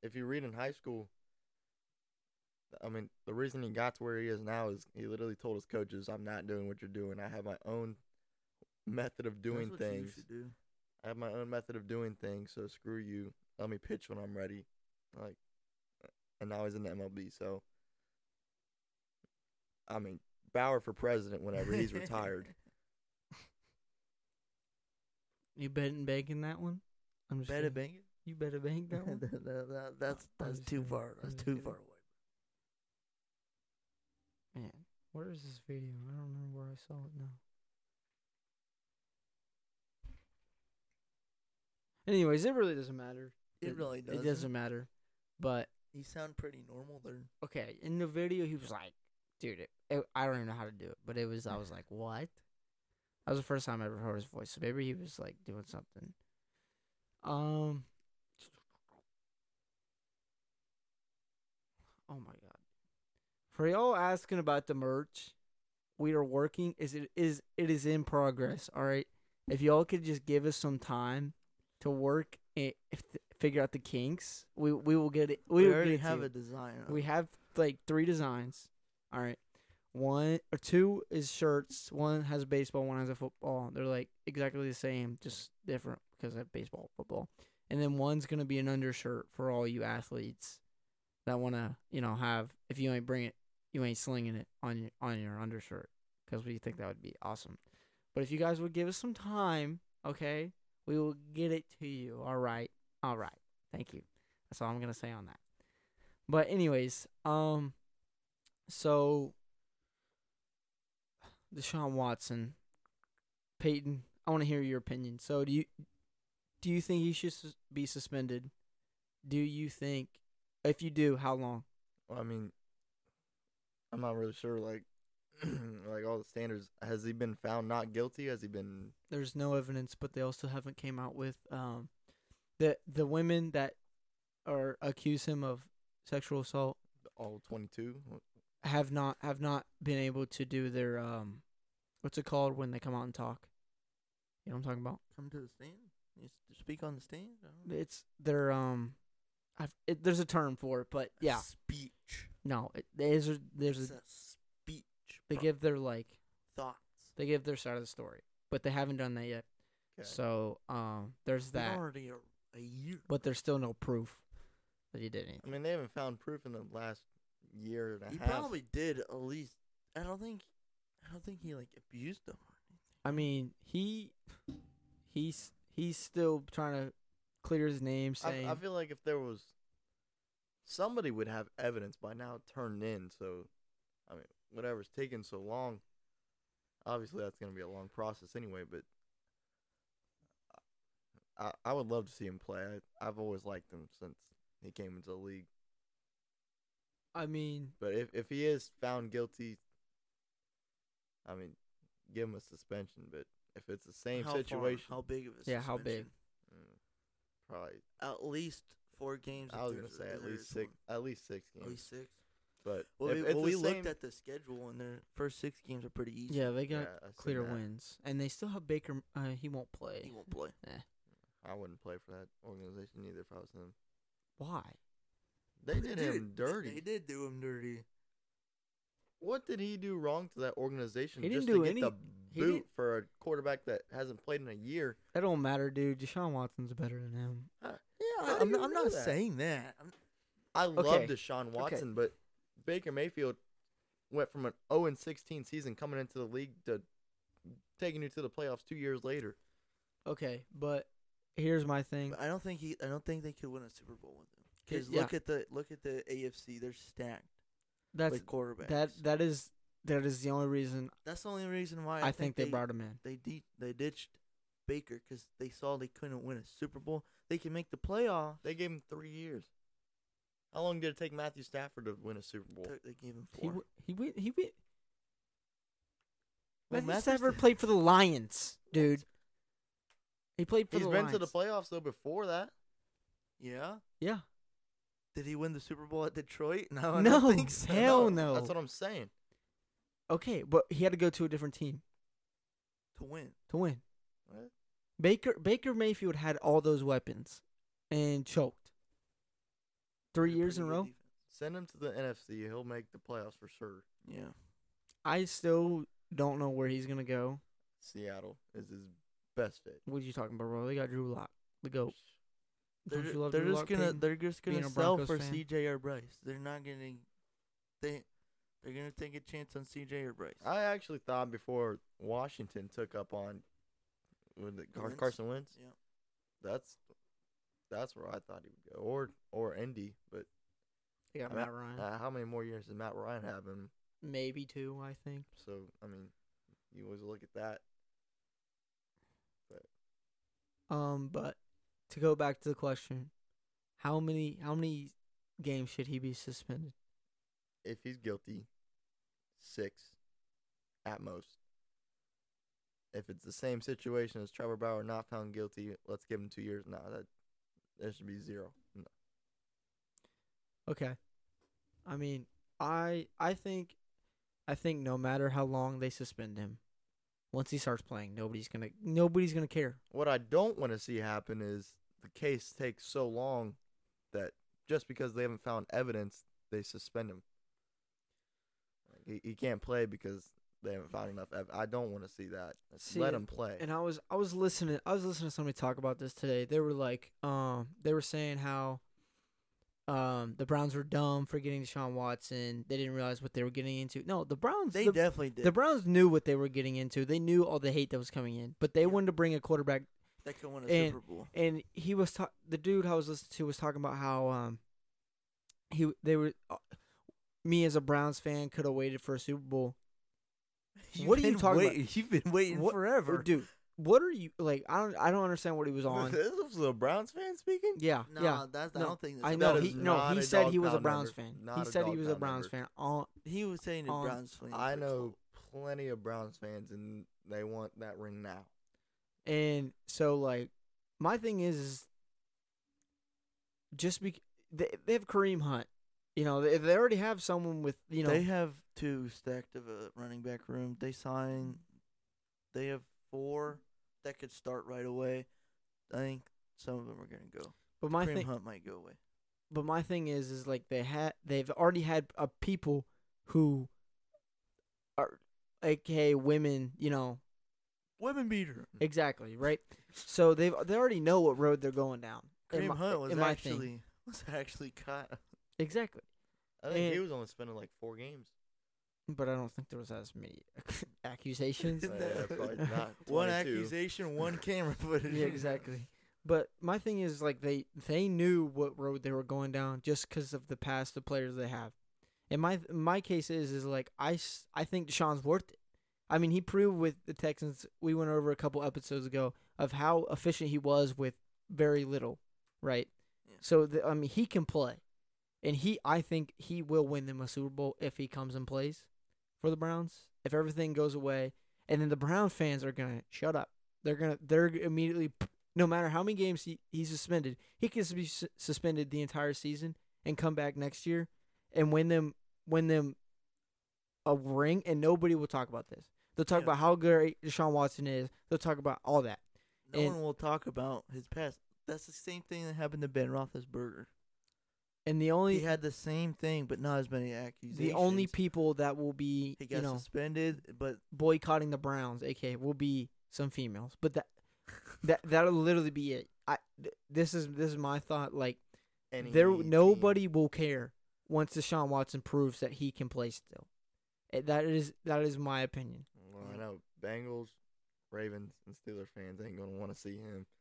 Speaker 3: if you read in high school, I mean, the reason he got to where he is now is he literally told his coaches, "I'm not doing what you're doing. I have my own method of
Speaker 2: That's
Speaker 3: doing
Speaker 2: what you
Speaker 3: things.
Speaker 2: should do.
Speaker 3: I have my own method of doing things. So screw you. Let me pitch when I'm ready." Like, and now he's in the MLB. So, I mean, Bauer for president whenever he's retired.
Speaker 1: You betting banking that one? I'm just
Speaker 2: Better
Speaker 1: kidding.
Speaker 2: bang it.
Speaker 1: You better bank that one.
Speaker 2: That- that- that- that's
Speaker 1: I'm
Speaker 2: that's
Speaker 1: just
Speaker 2: too
Speaker 1: kidding.
Speaker 2: far.
Speaker 1: I'm
Speaker 2: That's
Speaker 1: just
Speaker 2: too
Speaker 1: kidding.
Speaker 2: far away.
Speaker 1: Man, where is this video? I don't remember where I saw it now. Anyways, it really doesn't matter.
Speaker 2: It really doesn't.
Speaker 1: It doesn't matter. But
Speaker 2: You sound pretty normal there.
Speaker 1: okay, in the video he was like, "Dude, it, it, I don't even know how to do it," but it was I was like, "What?" That was the first time I ever heard his voice. So maybe he was like doing something. Um. Oh my god. For y'all asking about the merch, we are working. Is it is it is in progress? All right. If y'all could just give us some time to work and if figure out the kinks, we we will get it.
Speaker 2: We,
Speaker 1: will
Speaker 2: already
Speaker 1: get it to
Speaker 2: have
Speaker 1: you.
Speaker 2: a design.
Speaker 1: We have like three designs. All right. One or two is shirts. One has baseball. One has a football. They're like exactly the same, just different because I have baseball, football, and then one's gonna be an undershirt for all you athletes that wanna, you know, have. If you ain't bring it, you ain't slinging it on your on your undershirt because we think that would be awesome. But if you guys would give us some time, okay, we will get it to you. All right, all right. Thank you. That's all I'm gonna say on that. But anyways, um, so Deshaun Watson, Peyton, I want to hear your opinion. So do you do you think he should sus- be suspended? Do you think if you do, how long?
Speaker 3: Well, I mean, I'm not really sure. Like, like all the standards. Has he been found not guilty? Has he been?
Speaker 1: There's no evidence, but they also haven't came out with um the the women that are accuse him of sexual assault
Speaker 3: all 22.
Speaker 1: have not have not been able to do their um what's it called when they come out and talk. You know what I'm talking about?
Speaker 2: come to the stand. You s- speak on the stand. I don't know.
Speaker 1: it's their um I've, it, there's a term for it but yeah
Speaker 2: Speech.
Speaker 1: no it, there's a, there's
Speaker 2: It's
Speaker 1: a,
Speaker 2: a speech.
Speaker 1: they
Speaker 2: bro.
Speaker 1: give their like
Speaker 2: thoughts.
Speaker 1: they give their side of the story but they haven't done that yet
Speaker 3: Okay.
Speaker 1: so um there's
Speaker 2: It's been
Speaker 1: that
Speaker 2: already a, a year.
Speaker 1: but there's still no proof that he did
Speaker 3: I
Speaker 1: anything
Speaker 3: mean, they haven't found proof in the last year and a
Speaker 2: He
Speaker 3: half.
Speaker 2: probably did at least. I don't think. I don't think he like abused them.
Speaker 1: I mean he he's he's still trying to clear his name saying
Speaker 3: I, I feel like if there was somebody would have evidence by now turned in. So, I mean, whatever's taking so long, obviously that's going to be a long process anyway. But I, I would love to see him play. I, I've always liked him since he came into the league.
Speaker 1: I mean
Speaker 3: But if if he is found guilty, I mean, give him a suspension. But if it's the same
Speaker 2: how far,
Speaker 3: situation,
Speaker 2: how big of a
Speaker 1: Yeah, how big?
Speaker 2: suspension?
Speaker 3: mm, probably
Speaker 2: At least four games.
Speaker 3: I
Speaker 2: if
Speaker 3: was
Speaker 2: there's
Speaker 3: gonna say
Speaker 2: a-
Speaker 3: at
Speaker 2: there
Speaker 3: least
Speaker 2: is
Speaker 3: six,
Speaker 2: one.
Speaker 3: at least six games.
Speaker 2: At least six.
Speaker 3: But
Speaker 2: Well,
Speaker 3: if
Speaker 2: we,
Speaker 3: it's
Speaker 2: well,
Speaker 3: the
Speaker 2: we looked
Speaker 3: same-
Speaker 2: at the schedule, and their first six games are pretty easy.
Speaker 1: yeah they got
Speaker 3: yeah, I seen
Speaker 1: clear
Speaker 3: that.
Speaker 1: wins and they still have Baker uh, he won't play Eh,
Speaker 2: He won't play.
Speaker 3: I wouldn't play for that organization either if I was him.
Speaker 1: why
Speaker 3: They did him
Speaker 2: th-
Speaker 3: dirty.
Speaker 2: They did do him dirty.
Speaker 3: What did he do wrong to that organization
Speaker 1: He didn't
Speaker 3: just
Speaker 1: do
Speaker 3: to get
Speaker 1: any-
Speaker 3: the
Speaker 1: he
Speaker 3: boot
Speaker 1: didn't-
Speaker 3: for a quarterback that hasn't played in a year?
Speaker 1: that don't matter dude Deshaun Watson's better than him
Speaker 2: Yeah,
Speaker 3: How do
Speaker 2: I'm,
Speaker 3: you
Speaker 2: I'm
Speaker 3: know
Speaker 2: not
Speaker 3: that?
Speaker 2: saying that. I'm,
Speaker 3: I love
Speaker 1: Okay.
Speaker 3: Deshaun Watson, but Baker Mayfield went from an 0 and 16 season coming into the league to taking you to the playoffs two years later.
Speaker 1: Okay, but here's my thing.
Speaker 2: But I don't think he. I don't think they could win a Super Bowl with him. Because
Speaker 1: Yeah.
Speaker 2: look at the look at the AFC. They're stacked
Speaker 1: That's
Speaker 2: with quarterbacks.
Speaker 1: that that is that is the only reason
Speaker 2: that's the only reason why
Speaker 1: I,
Speaker 2: I,
Speaker 1: think, they, brought him in.
Speaker 2: They de- they ditched Baker because they saw they couldn't win a Super Bowl. They can make the playoff.
Speaker 3: They gave him three years. How long did it take Matthew Stafford to win a Super Bowl?
Speaker 2: Took- They gave him
Speaker 1: He
Speaker 2: four.
Speaker 1: w- he went he went.
Speaker 2: Well,
Speaker 1: Matthew
Speaker 2: Matthew
Speaker 1: Stafford
Speaker 2: Sta-
Speaker 1: played for the Lions, dude. He played for
Speaker 3: He's
Speaker 1: the
Speaker 3: been
Speaker 1: Lions.
Speaker 3: to the playoffs though before that.
Speaker 2: yeah.
Speaker 1: yeah.
Speaker 2: Did he win the Super Bowl at Detroit? No, Oh, I
Speaker 1: No,
Speaker 2: don't think so.
Speaker 1: hell no.
Speaker 3: That's what I'm saying.
Speaker 1: Okay, but he had to go to a different team
Speaker 2: To win,
Speaker 1: to win.
Speaker 3: What?
Speaker 1: Baker Baker Mayfield had all those weapons and choked. 3
Speaker 2: They're
Speaker 1: years in
Speaker 2: pretty
Speaker 1: a
Speaker 2: good
Speaker 1: row.
Speaker 2: defense.
Speaker 3: Send him to the NFC. He'll make the playoffs for sure.
Speaker 2: Yeah.
Speaker 1: I still don't know where he's going to go.
Speaker 3: Seattle is his best fit.
Speaker 1: What are you talking about, bro? They got Drew Lock, the goat.
Speaker 2: They're,
Speaker 1: Don't you love
Speaker 2: they're
Speaker 1: Drew
Speaker 2: just
Speaker 1: Lock,
Speaker 2: gonna
Speaker 1: Peyton?
Speaker 2: they're just
Speaker 1: Being
Speaker 2: gonna
Speaker 1: a
Speaker 2: sell
Speaker 1: Broncos
Speaker 2: for
Speaker 1: fan?
Speaker 2: CJ or Bryce. They're not gonna they they're gonna take a chance on CJ or Bryce.
Speaker 3: I actually thought before Washington took up on with the Car-
Speaker 2: Wentz?
Speaker 3: Carson Wentz.
Speaker 2: Yeah.
Speaker 3: That's that's where I thought he would go, or or Indy. But
Speaker 1: They got
Speaker 3: I'm
Speaker 1: Matt
Speaker 3: at-
Speaker 1: Ryan.
Speaker 3: uh, how many more years does Matt Ryan have in him?
Speaker 1: Maybe two, I think.
Speaker 3: So I mean, you always look at that.
Speaker 1: Um, but to go back to the question, how many how many games should he be suspended?
Speaker 3: If he's guilty, six, at most. If it's the same situation as Trevor Bauer, not found guilty, let's give him two years. No, that there should be zero. No.
Speaker 1: Okay. I mean, I I think I think no matter how long they suspend him, once he starts playing, nobody's gonna nobody's gonna care.
Speaker 3: What I don't want to see happen is the case takes so long that just because they haven't found evidence, they suspend him. Like, He, he can't play because they haven't found enough. Ev- I don't want to see that.
Speaker 1: See,
Speaker 3: Let him play.
Speaker 1: And I was I was listening I was listening to somebody talk about this today. They were like, um, they were saying how um the Browns were dumb for getting Deshaun Watson. They didn't realize what they were getting into. No, the Browns
Speaker 2: They
Speaker 1: the,
Speaker 2: definitely did.
Speaker 1: the Browns knew what they were getting into. They knew all the hate that was coming in, but they
Speaker 2: Yeah.
Speaker 1: wanted to bring a quarterback.
Speaker 2: that could win a
Speaker 1: and-
Speaker 2: Super Bowl.
Speaker 1: And he was ta- the dude I was listening to was talking about how um he they were uh, me as a Browns fan could have waited for a Super Bowl. what are you
Speaker 2: been
Speaker 1: talking about?
Speaker 2: wait- You've been waiting
Speaker 1: What-
Speaker 2: forever.
Speaker 1: Dude, what are you like? I don't I don't understand what he was on.
Speaker 3: this is a Browns fan speaking.
Speaker 1: Yeah,
Speaker 2: No,
Speaker 1: yeah.
Speaker 2: that's, I
Speaker 1: no,
Speaker 2: don't think that's
Speaker 1: I
Speaker 2: a-
Speaker 1: know
Speaker 3: That
Speaker 1: he
Speaker 3: is
Speaker 1: no.
Speaker 3: not
Speaker 1: He
Speaker 3: a
Speaker 1: said he
Speaker 3: dog
Speaker 1: was a
Speaker 3: pound
Speaker 1: Browns
Speaker 3: number.
Speaker 1: fan.
Speaker 3: Not
Speaker 1: He
Speaker 3: a
Speaker 1: said he
Speaker 3: dog
Speaker 1: was a
Speaker 3: pound
Speaker 1: Browns
Speaker 3: number.
Speaker 1: fan. All
Speaker 2: He was saying the
Speaker 1: Um,
Speaker 2: Browns fans.
Speaker 3: I
Speaker 2: were
Speaker 3: know
Speaker 2: cold.
Speaker 3: plenty of Browns fans, and they want that ring now.
Speaker 1: and so like my thing is, is just be they they have Kareem Hunt. You know they they already have someone with you know
Speaker 2: they have two stacked of a running back room. They sign. They have four that could start right away. I think some of them are gonna go.
Speaker 1: but my
Speaker 2: Kareem
Speaker 1: thing
Speaker 2: Hunt might go away.
Speaker 1: but my thing is is like they had they've already had uh, people who are aka women you know
Speaker 2: Women beater.
Speaker 1: exactly right so they've they already know what road they're going down in
Speaker 2: Kareem
Speaker 1: my-
Speaker 2: Hunt was
Speaker 1: in my thing.
Speaker 2: actually was actually caught.
Speaker 1: exactly
Speaker 3: I think he
Speaker 1: And-
Speaker 3: was only spending like four games.
Speaker 1: But I don't think there was as many accusations.
Speaker 2: Isn't
Speaker 3: Yeah,
Speaker 2: that-
Speaker 3: probably not.
Speaker 2: One
Speaker 3: 22.
Speaker 2: accusation, one camera footage.
Speaker 1: yeah, exactly. But my thing is like they they knew what road they were going down just because of the past the players they have. And my my case is is like I, s- I think Deshaun's worth it. I mean, he proved with the Texans. We went over a couple episodes ago of how efficient he was with very little, right?
Speaker 2: Yeah.
Speaker 1: So the, I mean, he can play, and he I think he will win them a Super Bowl if he comes and plays for the Browns. If everything goes away, and then the Brown fans are gonna shut up. They're gonna they're immediately no matter how many games he, he's suspended, he can be su- suspended the entire season and come back next year and win them win them a ring, and nobody will talk about this. They'll talk
Speaker 2: Yeah.
Speaker 1: about how great Deshaun Watson is. They'll talk about all that.
Speaker 2: No
Speaker 1: And-
Speaker 2: one will talk about his past. That's the same thing that happened to Ben Roethlisberger.
Speaker 1: And the only
Speaker 2: He had the same thing, but not as many accusations.
Speaker 1: the only people that will be
Speaker 2: he got
Speaker 1: you know
Speaker 2: suspended, but
Speaker 1: boycotting the Browns, aka will be some females. But that that that'll literally be it. I th- this is this is my thought. Like
Speaker 3: Any
Speaker 1: there
Speaker 3: team.
Speaker 1: nobody will care once Deshaun Watson proves that he can play still. Eh, That is that is my opinion.
Speaker 3: Well, I know Bengals, Ravens, and Steelers fans ain't gonna want to see him.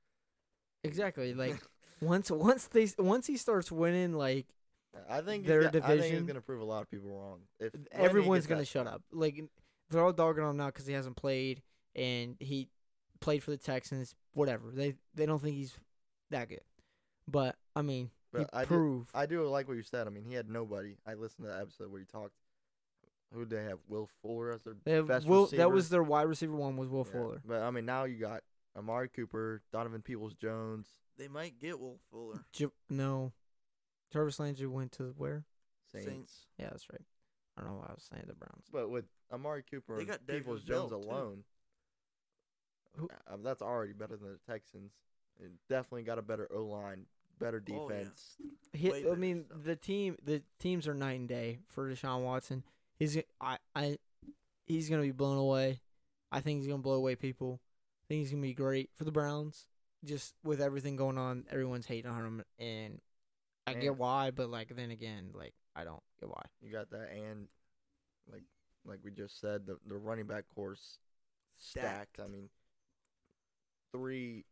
Speaker 1: Exactly. Like once once they once he starts winning, like
Speaker 3: I think
Speaker 1: their
Speaker 3: their got, I think
Speaker 1: division-
Speaker 3: he's gonna prove a lot of people wrong. If when he
Speaker 1: everyone's
Speaker 3: gets
Speaker 1: gonna
Speaker 3: that-
Speaker 1: shut up. Like they're all dogging on him now because he hasn't played and he played for the Texans. Whatever. They they don't think he's that good. But I mean, he
Speaker 3: But I do-
Speaker 1: proved.
Speaker 3: I do like what you said. I mean, he had nobody. I listened to that episode where you talked. Who did they have? Will Fuller as their
Speaker 1: They have
Speaker 3: best
Speaker 1: Will,
Speaker 3: receiver.
Speaker 1: that was their wide receiver one was Will
Speaker 3: Yeah,
Speaker 1: Fuller.
Speaker 3: But I mean, now you got Amari Cooper, Donovan Peoples Jones,
Speaker 2: they might get Will Fuller.
Speaker 1: J- no, Jarvis Landry went to where?
Speaker 3: Saints.
Speaker 2: Saints.
Speaker 1: Yeah, that's right. I don't know why I was saying the Browns.
Speaker 3: But with Amari Cooper
Speaker 2: They
Speaker 3: and
Speaker 2: got Davis
Speaker 3: Peoples Jones
Speaker 2: Bell, too.
Speaker 3: alone,
Speaker 1: Who-
Speaker 3: uh, that's already better than the Texans. And definitely got a better O line, better
Speaker 2: Oh, yeah.
Speaker 3: defense.
Speaker 1: He,
Speaker 2: way
Speaker 1: I
Speaker 2: better
Speaker 1: mean,
Speaker 2: stuff.
Speaker 1: the team, the teams are night and day for Deshaun Watson. He's, I, I, he's gonna be blown away. I think he's gonna blow away people. I think he's gonna be great for the Browns. Just with everything going on, everyone's hating on him, and I
Speaker 3: Yeah.
Speaker 1: get why, but like then again, like I don't get why.
Speaker 3: You got that, and like like we just said, the the running back course stacked. I mean, three,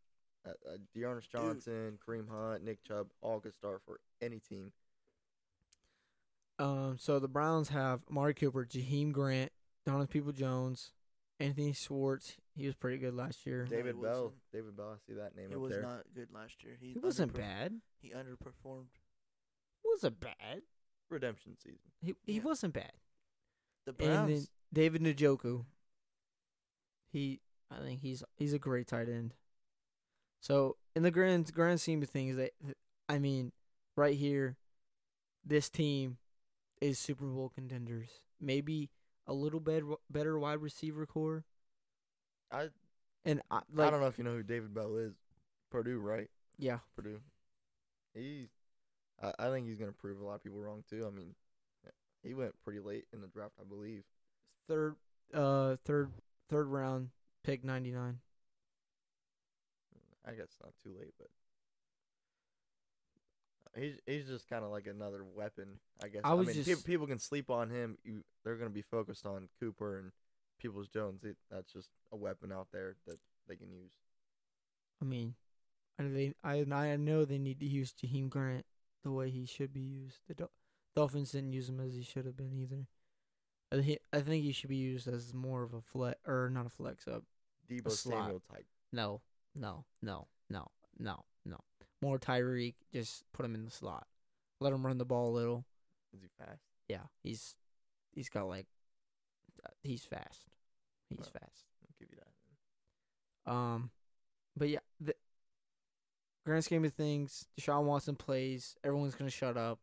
Speaker 3: uh, uh, Dearness Johnson, Kareem Hunt, Nick Chubb, all could start for any team.
Speaker 1: Um, so the Browns have Amari Cooper, Jaheim Grant, Donovan People Jones, Anthony Schwartz. He was pretty good last year.
Speaker 2: David
Speaker 3: David Bell,
Speaker 2: Wilson.
Speaker 3: David Bell, I see that name
Speaker 2: It
Speaker 3: up
Speaker 2: was
Speaker 3: there.
Speaker 2: not good last year. He
Speaker 1: He wasn't
Speaker 2: underper-
Speaker 1: bad.
Speaker 2: He underperformed.
Speaker 1: Wasn't bad.
Speaker 3: Redemption season.
Speaker 1: He he
Speaker 2: Yeah.
Speaker 1: wasn't bad.
Speaker 2: The
Speaker 1: And
Speaker 2: Browns.
Speaker 1: then David Njoku. He, I think he's he's a great tight end. So in the grand grand scheme of things, that I mean, right here, this team is Super Bowl contenders. Maybe a little bit better wide receiver core,
Speaker 3: I
Speaker 1: and I, like
Speaker 3: I don't know if you know who David Bell is. Purdue, right?
Speaker 1: yeah,
Speaker 3: Purdue. He, I, I think he's gonna prove a lot of people wrong too. I mean, he went pretty late in the draft, I believe.
Speaker 1: third uh third third round pick ninety nine.
Speaker 3: I guess not too late, but he's he's just kind of like another weapon, I guess.
Speaker 1: I was
Speaker 3: mean, pe-
Speaker 1: just-
Speaker 3: people can sleep on him. You, they're gonna be focused on Cooper and Peoples Jones. It, that's just a weapon out there that they can use.
Speaker 1: I mean, I know they I and I know they need to use Jaheim Grant the way he should be used. The Dol- Dolphins didn't use him as he should have been either. I think I think he should be used as more of a flex or not a flex up.
Speaker 3: Debo
Speaker 1: slot.
Speaker 3: Samuel type.
Speaker 1: No, no, no, no, no, no. More Tyreek, just put him in the slot. Let him run the ball a little.
Speaker 3: Is he fast?
Speaker 1: Yeah, he's he's got like uh, he's fast. He's
Speaker 3: Well.
Speaker 1: fast.
Speaker 3: I'll give you that.
Speaker 1: Um, but yeah, the grand scheme of things, Deshaun Watson plays. Everyone's gonna shut up.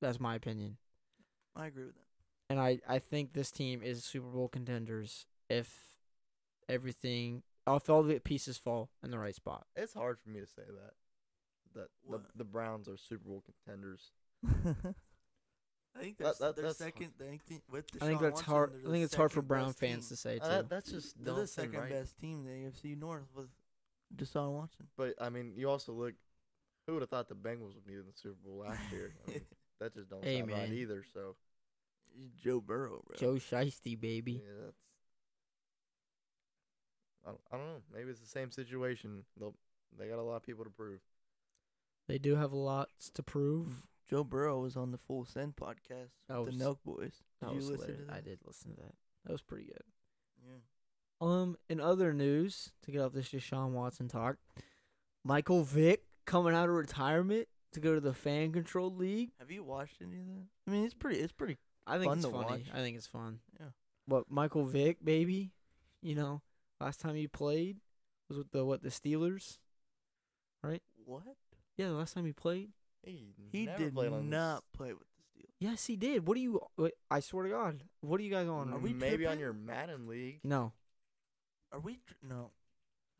Speaker 1: That's my opinion,
Speaker 2: I agree with that.
Speaker 1: and I I think this team is Super Bowl contenders if everything, if all the pieces fall in the right spot.
Speaker 3: It's hard for me to say that. That the,
Speaker 2: What?
Speaker 3: the Browns are Super Bowl contenders.
Speaker 2: I think
Speaker 3: That-
Speaker 2: that's
Speaker 3: that-
Speaker 2: their
Speaker 3: that's hard.
Speaker 2: second. I think with
Speaker 1: I think
Speaker 2: Deshaun
Speaker 1: that's
Speaker 2: Watson,
Speaker 1: hard.
Speaker 2: they're
Speaker 1: I
Speaker 2: the
Speaker 1: think it's hard for
Speaker 2: second
Speaker 1: Brown
Speaker 2: best
Speaker 1: fans
Speaker 2: team.
Speaker 1: to say too.
Speaker 3: Uh, that, that's just
Speaker 2: They're the
Speaker 3: dumb and
Speaker 2: second
Speaker 3: right.
Speaker 2: best team in the AFC North with Deshaun Watson.
Speaker 3: But I mean, you also look. Who would have thought the Bengals would be in the Super Bowl last year? I mean, that just don't
Speaker 1: Hey,
Speaker 3: sound right
Speaker 1: man.
Speaker 3: either. So
Speaker 2: Joe Burrow, bro.
Speaker 1: Joe Shiesty, baby.
Speaker 3: Yeah, that's. I don't, I don't know. Maybe it's the same situation. They'll they got a lot of people to prove.
Speaker 1: They do have lots to prove.
Speaker 2: Joe Burrow was on the Full Send podcast.
Speaker 1: That
Speaker 2: with
Speaker 1: was-
Speaker 2: the Milk Boys. Did
Speaker 1: That
Speaker 2: you
Speaker 1: was
Speaker 2: listen
Speaker 1: hilarious.
Speaker 2: to that?
Speaker 1: I did listen to that. That was pretty good.
Speaker 2: Yeah.
Speaker 1: Um, in other news, to get off this Deshaun Watson talk, Michael Vick coming out of retirement to go to the Fan Control League.
Speaker 2: Have you watched any of that? I mean, it's pretty. It's pretty.
Speaker 1: I think
Speaker 2: Fun
Speaker 1: it's
Speaker 2: to
Speaker 1: funny.
Speaker 2: watch.
Speaker 1: I think it's fun.
Speaker 2: Yeah.
Speaker 1: But Michael Vick, baby, you know, last time he played was with the what the Steelers.
Speaker 2: What?
Speaker 1: Yeah, the last time he played.
Speaker 3: He,
Speaker 2: He
Speaker 3: never
Speaker 2: did
Speaker 3: played on
Speaker 2: not play with the Steelers.
Speaker 1: Yes, he did. What do you? wait, I swear to God, what are you guys
Speaker 3: This,
Speaker 1: on?
Speaker 2: Are we
Speaker 3: maybe
Speaker 2: tripping?
Speaker 3: on your Madden league.
Speaker 1: No,
Speaker 2: Are we? Tr- no.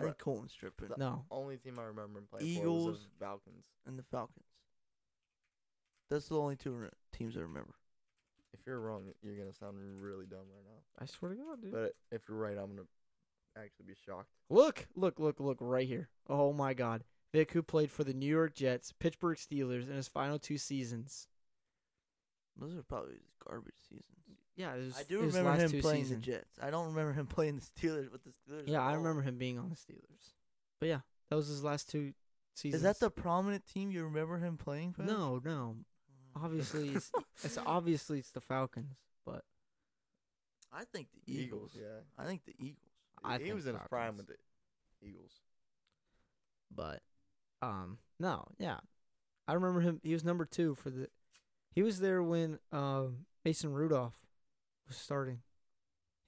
Speaker 2: I
Speaker 3: Bru-
Speaker 2: think Colton's tripping.
Speaker 3: The
Speaker 1: no.
Speaker 3: Only team I remember him playing for was
Speaker 2: Eagles.
Speaker 3: the Falcons.
Speaker 2: And the Falcons. That's the only two re- teams I remember.
Speaker 3: If you're wrong, you're gonna sound really dumb right now.
Speaker 1: I swear to God, dude.
Speaker 2: Mm-hmm.
Speaker 3: But if you're right, I'm gonna actually be shocked.
Speaker 1: Look, look, look, look right here. Oh my God. Vic, who played for the New York Jets, Pittsburgh Steelers in his final two seasons.
Speaker 2: Those are probably his garbage seasons.
Speaker 1: Yeah, it was,
Speaker 2: I do
Speaker 1: it was
Speaker 2: remember
Speaker 1: last
Speaker 2: him
Speaker 1: two
Speaker 2: playing
Speaker 1: seasons.
Speaker 2: the Jets. I don't remember him playing the Steelers with the Steelers.
Speaker 1: Yeah,
Speaker 2: at
Speaker 1: I
Speaker 2: all.
Speaker 1: remember him being on the Steelers. But yeah, that was his last two seasons.
Speaker 2: Is that the prominent team you remember him playing for?
Speaker 1: No, no. Obviously, it's, it's obviously it's the Falcons, but
Speaker 2: I think the Eagles.
Speaker 3: Yeah.
Speaker 2: I think the Eagles.
Speaker 1: I
Speaker 3: he
Speaker 1: think
Speaker 3: was in his prime with
Speaker 1: Falcons.
Speaker 3: the Eagles.
Speaker 1: but um no, yeah. I remember him. He was number 2 for the He was there when um Mason Rudolph was starting.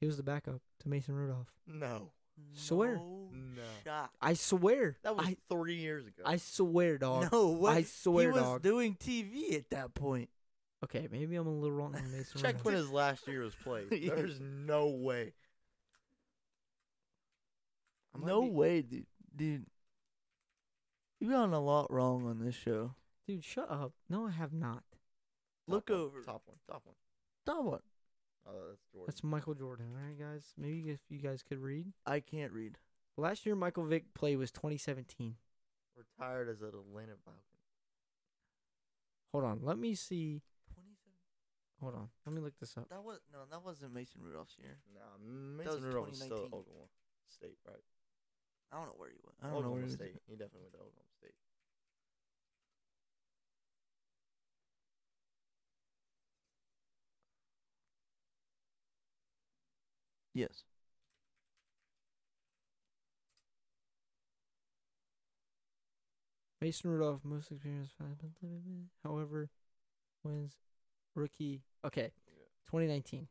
Speaker 1: He was the backup to Mason Rudolph.
Speaker 3: No,
Speaker 1: Swear.
Speaker 2: No,
Speaker 3: No.
Speaker 2: shot.
Speaker 1: I swear.
Speaker 3: that was
Speaker 1: I,
Speaker 3: three years ago.
Speaker 1: I swear, dog.
Speaker 2: No way.
Speaker 1: I swear,
Speaker 2: he was
Speaker 1: dog.
Speaker 2: doing TV at that point.
Speaker 1: okay, maybe I'm a little wrong on Mason
Speaker 3: Check
Speaker 1: Rudolph.
Speaker 3: when his last year was played.
Speaker 2: Yeah.
Speaker 3: There's no way. I might
Speaker 2: No
Speaker 3: be-
Speaker 2: way, dude. Dude, you've gotten a lot wrong on this show.
Speaker 1: Dude, shut up. No, I have not.
Speaker 3: Top
Speaker 2: Look
Speaker 3: one,
Speaker 2: over.
Speaker 3: Top one. Top one.
Speaker 2: Stop what?
Speaker 3: Oh, that's Jordan.
Speaker 1: That's Michael Jordan. All right, guys. Maybe if you guys could read.
Speaker 2: I can't read.
Speaker 1: Last year, Michael Vick play was 2017.
Speaker 3: retired as an Atlanta Falcon.
Speaker 1: Hold on. Let me see. Hold on. Let me look this up.
Speaker 2: That was no, that wasn't Mason Rudolph's year.
Speaker 3: Nah,
Speaker 2: was
Speaker 3: Mason Rudolph was still at
Speaker 2: 2019.
Speaker 3: Oklahoma State, right?
Speaker 2: I don't know where he went. I don't know
Speaker 3: Oklahoma
Speaker 2: where he was.
Speaker 3: State. He definitely went to Oklahoma State.
Speaker 2: Yes.
Speaker 1: Mason Rudolph, most experienced five. However, wins rookie. Okay, 2019.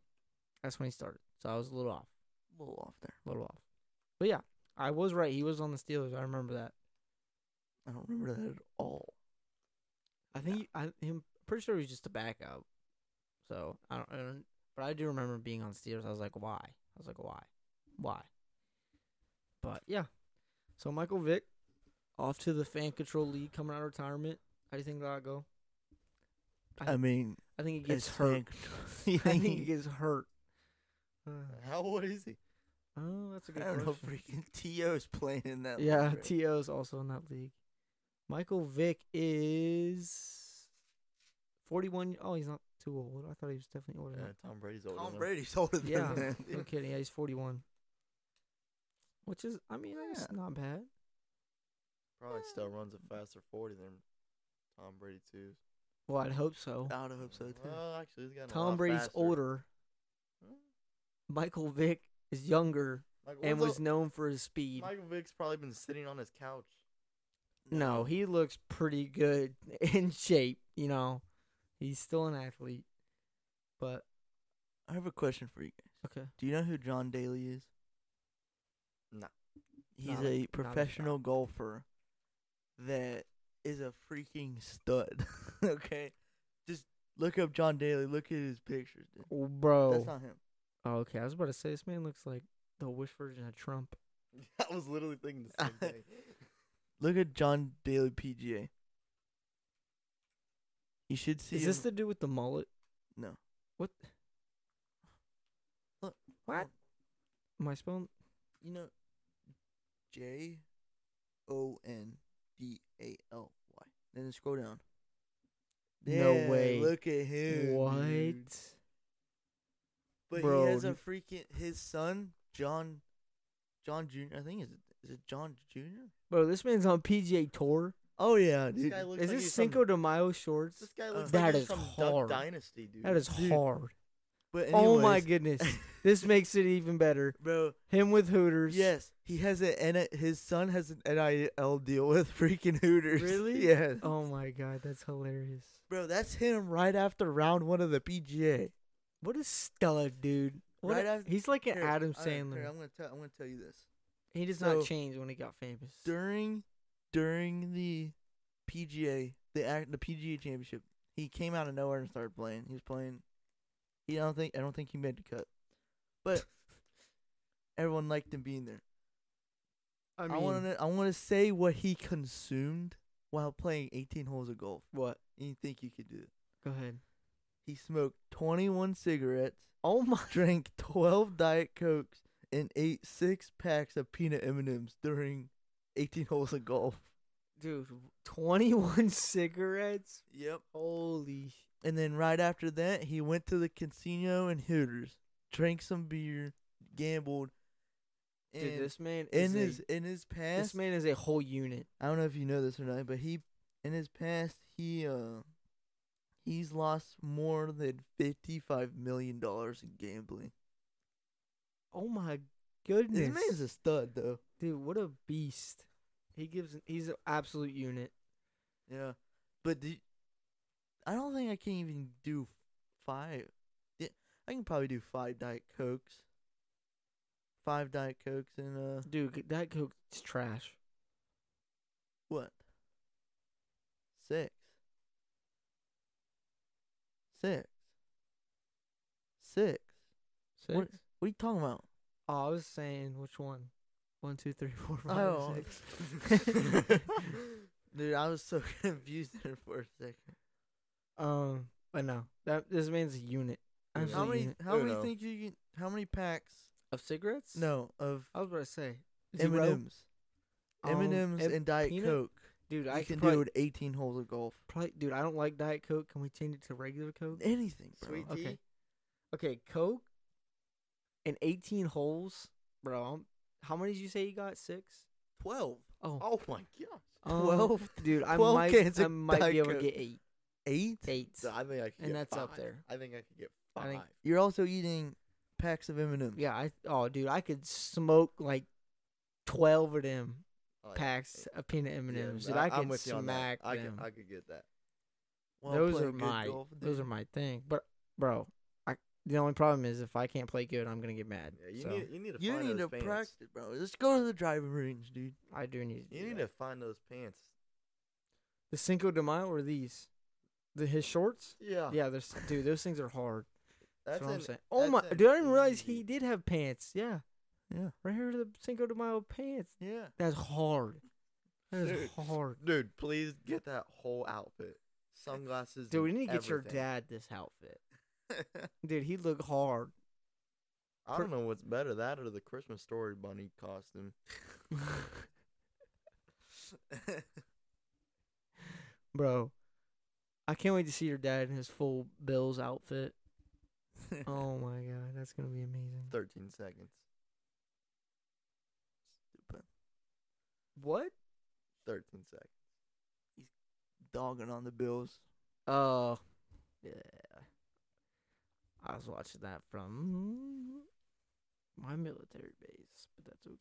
Speaker 1: That's when he started. So I was a little off.
Speaker 2: A little off there.
Speaker 1: A little off. But yeah, I was right. He was on the Steelers. I remember that.
Speaker 2: I don't remember that at all.
Speaker 1: I think he, I, I'm pretty sure he was just a backup. So I don't, I don't. But I do remember being on Steelers. I was like, why? I was like, why? Why? But yeah. So Michael Vick, off to the Fan Control League, coming out of retirement. How do you think that'll go? I-
Speaker 2: I mean,
Speaker 1: I think he gets
Speaker 2: it's
Speaker 1: hurt. I
Speaker 2: fan-
Speaker 1: think he gets hurt. Uh,
Speaker 3: How old is he?
Speaker 1: oh, that's a good
Speaker 2: I don't know.
Speaker 1: question.
Speaker 2: Freaking To's playing in that. league
Speaker 1: Yeah,
Speaker 2: right
Speaker 1: T.O.'s also in that league. Michael Vick is 41. Oh, he's not too old. I thought he was definitely older.
Speaker 3: Yeah,
Speaker 1: than
Speaker 3: Tom Brady's
Speaker 2: now. Mm-hmm.
Speaker 3: older.
Speaker 2: Tom
Speaker 3: than him.
Speaker 2: Brady's older than
Speaker 1: Yeah.
Speaker 2: him.
Speaker 1: that. No kidding. Yeah, he's 41. Which is, I mean, I guess
Speaker 2: Yeah.
Speaker 1: not bad.
Speaker 3: probably still runs a faster forty than Tom Brady too.
Speaker 1: Well, I'd hope so.
Speaker 2: I would hope so too.
Speaker 3: Well, actually, he's gotten a
Speaker 1: Tom
Speaker 3: lot
Speaker 1: Brady's
Speaker 3: faster.
Speaker 1: older.
Speaker 3: Hmm.
Speaker 1: Michael Vick is younger
Speaker 3: Like,
Speaker 1: and
Speaker 3: when's
Speaker 1: was
Speaker 3: the-
Speaker 1: known for his speed.
Speaker 3: Michael Vick's probably been sitting on his couch.
Speaker 1: No, he looks pretty good in shape. You know, he's still an athlete. But
Speaker 2: I have a question for you guys.
Speaker 1: okay,
Speaker 2: Do you know who John Daly is?
Speaker 3: No.
Speaker 2: He's
Speaker 1: Not a- not a
Speaker 2: a
Speaker 1: shot.
Speaker 2: professional golfer that is a freaking stud. okay? Just look up John Daly. Look at his pictures, dude.
Speaker 1: oh, bro.
Speaker 2: That's not him.
Speaker 1: Oh, okay, I was about to say this man looks like the wish version of Trump.
Speaker 3: I was literally thinking the same thing.
Speaker 2: Look at John Daly PGA. You should see
Speaker 1: Is this
Speaker 2: him-
Speaker 1: the dude with the mullet?
Speaker 2: No.
Speaker 1: What?
Speaker 2: Look,
Speaker 1: What?
Speaker 2: look.
Speaker 1: Am I spelling?
Speaker 2: you know J O N D A L Y. Then scroll down.
Speaker 1: No
Speaker 2: Yeah,
Speaker 1: way.
Speaker 2: Look at him.
Speaker 1: what?
Speaker 2: dude. But
Speaker 1: Bro,
Speaker 2: he has a
Speaker 1: n-
Speaker 2: freaking his son John, John Junior. I think is it, is it John Junior?
Speaker 1: Bro, this man's on PGA Tour.
Speaker 2: Oh yeah,
Speaker 3: This
Speaker 2: dude.
Speaker 3: guy looks
Speaker 1: Is
Speaker 3: like
Speaker 1: this
Speaker 3: he's from-
Speaker 1: Cinco de Mayo shorts?
Speaker 3: This guy looks
Speaker 2: Uh,
Speaker 1: That
Speaker 3: like he's
Speaker 1: is
Speaker 3: from
Speaker 1: hard.
Speaker 3: Duck Dynasty, dude.
Speaker 1: That is
Speaker 2: Dude.
Speaker 1: hard.
Speaker 2: But
Speaker 1: Oh my
Speaker 2: anyways,
Speaker 1: goodness. this makes it even better.
Speaker 2: bro.
Speaker 1: Him with Hooters.
Speaker 2: Yes, he has an N- his son has an NIL deal with freaking Hooters.
Speaker 1: Really?
Speaker 2: Yeah.
Speaker 1: Oh my god, that's hilarious.
Speaker 2: Bro, that's him right after round one of the PGA.
Speaker 1: What a stud, dude. What
Speaker 2: Right
Speaker 1: a-
Speaker 2: after-
Speaker 1: he's like an
Speaker 2: Here,
Speaker 1: Adam
Speaker 2: all right, here,
Speaker 1: Sandler.
Speaker 2: I'm gonna tell. I'm gonna tell you this.
Speaker 1: he does
Speaker 2: so-
Speaker 1: not change when he got famous.
Speaker 2: during during the PGA the act the PGA championship, he came out of nowhere and started playing. He was playing. He I don't think I don't think he made the cut, but everyone liked him being there.
Speaker 1: I
Speaker 2: I,
Speaker 1: mean,
Speaker 2: want to I want to say what he consumed while playing 18 holes of golf.
Speaker 1: what?
Speaker 2: And you think you could do it?
Speaker 1: Go ahead.
Speaker 2: He smoked 21 cigarettes,
Speaker 1: Oh my.
Speaker 2: drank 12 diet cokes, and ate six packs of peanut M&Ms during 18 holes of golf.
Speaker 1: Dude, 21 cigarettes?
Speaker 2: Yep.
Speaker 1: Holy. sh-
Speaker 2: And then right after that, he went to the casino and Hooters, drank some beer, gambled. And
Speaker 1: Dude, this man
Speaker 2: in
Speaker 1: is a-
Speaker 2: his in his
Speaker 1: this
Speaker 2: past,
Speaker 1: man is a whole unit.
Speaker 2: I don't know if you know this or not, but he in his past he uh he's lost more than fifty five million dollars in gambling.
Speaker 1: Oh my goodness.
Speaker 2: This man's a stud though.
Speaker 1: Dude, what a beast. He gives he's an absolute unit.
Speaker 2: Yeah, but the, I don't think I can even do five. Yeah, I can probably do five diet cokes. Five diet cokes and uh
Speaker 1: Dude, g- that coke is trash.
Speaker 2: What? Six. Six. Six. What, what are you talking about?
Speaker 1: Oh, I was saying which one? One, two, three, four, five,
Speaker 2: Oh.
Speaker 1: six.
Speaker 2: Dude, I was so confused there for a second.
Speaker 1: Um, but no, that this man's a unit.
Speaker 3: Dude,
Speaker 2: How
Speaker 1: Absolute
Speaker 2: many
Speaker 1: unit.
Speaker 2: how many
Speaker 3: Uno.
Speaker 2: think you can how many packs
Speaker 1: of cigarettes?
Speaker 2: no of
Speaker 1: I was about to say
Speaker 2: M and
Speaker 1: zero.
Speaker 2: M's. M and M's
Speaker 1: em-
Speaker 2: and Diet
Speaker 1: Um, peanut-
Speaker 2: Coke.
Speaker 1: Dude, I
Speaker 2: I can
Speaker 1: probably,
Speaker 2: do it eighteen holes of golf.
Speaker 1: Probably, dude, I don't like Diet Coke. Can we change it to regular Coke?
Speaker 2: Anything, bro.
Speaker 3: Sweet
Speaker 1: Okay.
Speaker 3: tea.
Speaker 1: Okay, Coke and 18 holes, bro. I'm- How many did you say you got? Six?
Speaker 2: Twelve.
Speaker 1: Oh,
Speaker 3: Oh my gosh.
Speaker 1: um,
Speaker 2: Twelve.
Speaker 1: dude, I
Speaker 2: 12
Speaker 1: might,
Speaker 2: cans
Speaker 1: I
Speaker 2: of
Speaker 1: might be able to
Speaker 2: Diet
Speaker 1: get eight,
Speaker 2: Eight.
Speaker 1: eight.
Speaker 3: So I think I could
Speaker 1: And
Speaker 3: get
Speaker 1: that's up
Speaker 3: five.
Speaker 1: there.
Speaker 3: I think I could get five.
Speaker 1: I think-
Speaker 2: You're also eating packs of M and M's.
Speaker 1: Yeah, I oh, dude, I could smoke like twelve of them
Speaker 3: Oh, yeah.
Speaker 1: packs of peanut M and
Speaker 3: Yeah,
Speaker 1: M's.
Speaker 3: but
Speaker 1: I,
Speaker 3: I'm
Speaker 1: could
Speaker 3: with you on
Speaker 1: smack
Speaker 3: that. I
Speaker 1: them.
Speaker 3: could, I could get that.
Speaker 1: those are my those are my thing. But bro, I the only problem is if I can't play good, I'm gonna get mad.
Speaker 3: Yeah, you
Speaker 1: so
Speaker 3: need you need to
Speaker 2: You
Speaker 3: find
Speaker 2: need
Speaker 3: those
Speaker 2: to
Speaker 3: pants.
Speaker 2: practice, bro. Let's go to the driving range, dude.
Speaker 1: I do need. To
Speaker 3: You
Speaker 1: do
Speaker 3: need
Speaker 1: that.
Speaker 3: to find those pants.
Speaker 1: the Cinco de Mayo or these, the his shorts.
Speaker 3: Yeah,
Speaker 1: Yeah, there's dude. Those things are hard. That's,
Speaker 3: That's,
Speaker 1: what I'm
Speaker 3: an-
Speaker 1: saying. Oh
Speaker 3: that's
Speaker 1: my,
Speaker 3: an
Speaker 1: dude! I didn't realize
Speaker 3: easy-
Speaker 1: he did have pants. Yeah,
Speaker 2: Yeah.
Speaker 1: right here the Cinco de Mayo pants.
Speaker 2: Yeah.
Speaker 1: That's hard. That is
Speaker 3: Dude.
Speaker 1: hard.
Speaker 3: Dude, please get that whole outfit, sunglasses.
Speaker 1: Dude, we
Speaker 3: and
Speaker 1: need to get your
Speaker 3: everything.
Speaker 1: dad this outfit. Dude, he looked hard.
Speaker 3: I don't know what's better, that or the Christmas Story bunny costume.
Speaker 1: Bro, I can't wait to see your dad in his full Bills outfit. Oh my god, that's gonna be amazing.
Speaker 3: Thirteen seconds.
Speaker 2: Stupid.
Speaker 1: What?
Speaker 3: Thirteen seconds.
Speaker 2: Dogging on the Bills.
Speaker 1: Oh, yeah. I was watching that from my military base, but that's okay.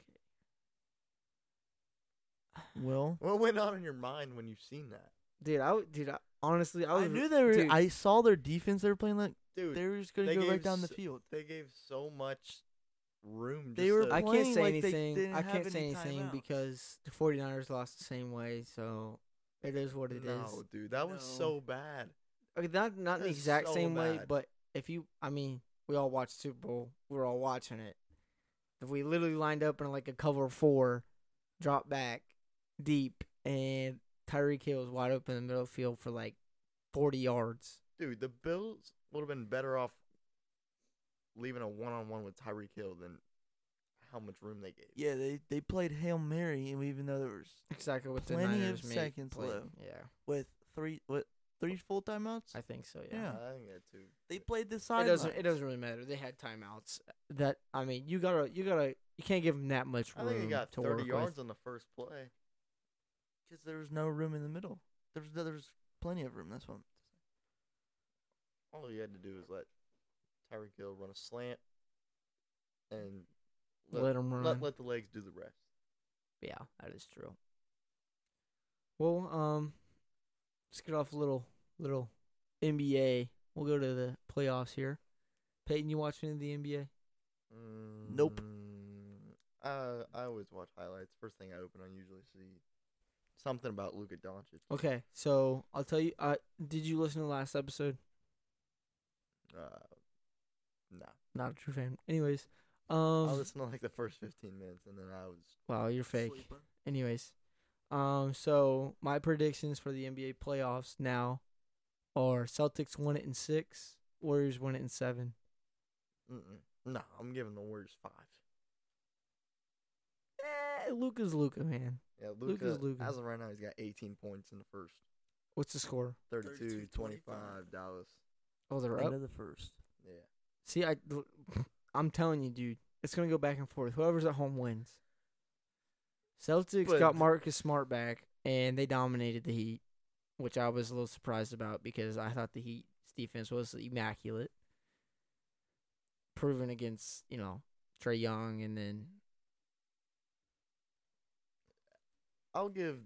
Speaker 2: Well,
Speaker 3: What went on in your mind when you seen that,
Speaker 1: Dude, I w- dude, I, honestly, I was
Speaker 2: I knew they were.
Speaker 1: dude,
Speaker 2: I saw their defense. They were playing like
Speaker 3: dude?
Speaker 2: they were just gonna
Speaker 3: they
Speaker 2: go right
Speaker 3: gave
Speaker 2: down the
Speaker 3: s-
Speaker 2: field.
Speaker 3: they gave so much room.
Speaker 2: They
Speaker 3: just
Speaker 2: were
Speaker 3: to-
Speaker 1: I can't
Speaker 2: playing
Speaker 1: say
Speaker 2: like they
Speaker 1: anything.
Speaker 2: didn't
Speaker 1: I
Speaker 2: have
Speaker 1: can't say
Speaker 2: any
Speaker 1: anything
Speaker 2: timeouts.
Speaker 1: because the 49ers lost the same way, so it is what it is.
Speaker 3: no, dude, that was
Speaker 2: No.
Speaker 3: so bad.
Speaker 1: Okay, not not in the
Speaker 3: That's
Speaker 1: exact
Speaker 3: so
Speaker 1: same way,
Speaker 3: bad.
Speaker 1: but if you, I mean, we all watch Super Bowl. We're all watching it. If we literally lined up in like a cover four, drop back, deep, and Tyreek Hill was wide open in the middle of the field for like forty yards.
Speaker 3: Dude, the Bills would have been better off leaving a one-on-one with Tyreek Hill than how much room they gave.
Speaker 2: Yeah, they they played Hail Mary, and even though there was
Speaker 1: Exactly what the
Speaker 2: Plenty of
Speaker 1: Niners made
Speaker 2: seconds
Speaker 1: play.
Speaker 2: left.
Speaker 1: Yeah,
Speaker 2: with three what three full timeouts.
Speaker 1: I think so. Yeah.
Speaker 2: Yeah.
Speaker 3: I think that too.
Speaker 2: They played the side.
Speaker 1: It doesn't. It doesn't really matter. They had timeouts. That I mean, you gotta, you gotta, you can't give them that much
Speaker 3: I
Speaker 1: room
Speaker 3: think he got
Speaker 1: to
Speaker 3: 30
Speaker 1: work
Speaker 3: yards
Speaker 1: with.
Speaker 3: on the first play.
Speaker 2: because there was no room in the middle. There was there was plenty of room. That's what. I'm-
Speaker 3: All he had to do was let Tyreek Hill run a slant and
Speaker 1: Let him run.
Speaker 3: Let, let the legs do the rest.
Speaker 1: Yeah, that is true. Well, um, let's get off a little little NBA. We'll go to the playoffs here. Peyton, you watching the NBA?
Speaker 2: Nope.
Speaker 3: Mm, Uh, I always watch highlights. First thing I open, I usually see something about Luka Doncic.
Speaker 1: Okay, so I'll tell you. Uh, did you listen to the last episode?
Speaker 3: Uh, nah.
Speaker 1: Not a true fan. Anyways,
Speaker 3: I
Speaker 1: um,
Speaker 3: listened to like the first 15 minutes, and then I was
Speaker 1: wow, you're fake.
Speaker 2: Sleeper.
Speaker 1: Anyways, um, so my predictions for the NBA playoffs now are Celtics won it in six, Warriors won it in seven.
Speaker 3: Mm-mm. No, I'm giving the Warriors five.
Speaker 1: Eh, Luca's Luca, man.
Speaker 3: Yeah, Luca,
Speaker 1: Luka's Luka.
Speaker 3: As of right now, he's got 18 points in the first.
Speaker 1: What's the score?
Speaker 3: 32,
Speaker 2: 32,
Speaker 3: 25,
Speaker 2: 25.
Speaker 3: Dallas.
Speaker 1: Oh, they're up.
Speaker 2: End of the first.
Speaker 3: Yeah.
Speaker 1: See, I, I'm telling you, dude, it's gonna go back and forth. Whoever's at home wins. Celtics
Speaker 3: But-
Speaker 1: got Marcus Smart back, and they dominated the Heat, which I was a little surprised about because I thought the Heat's defense was immaculate, proven against you know Trey Young, and then
Speaker 3: I'll give.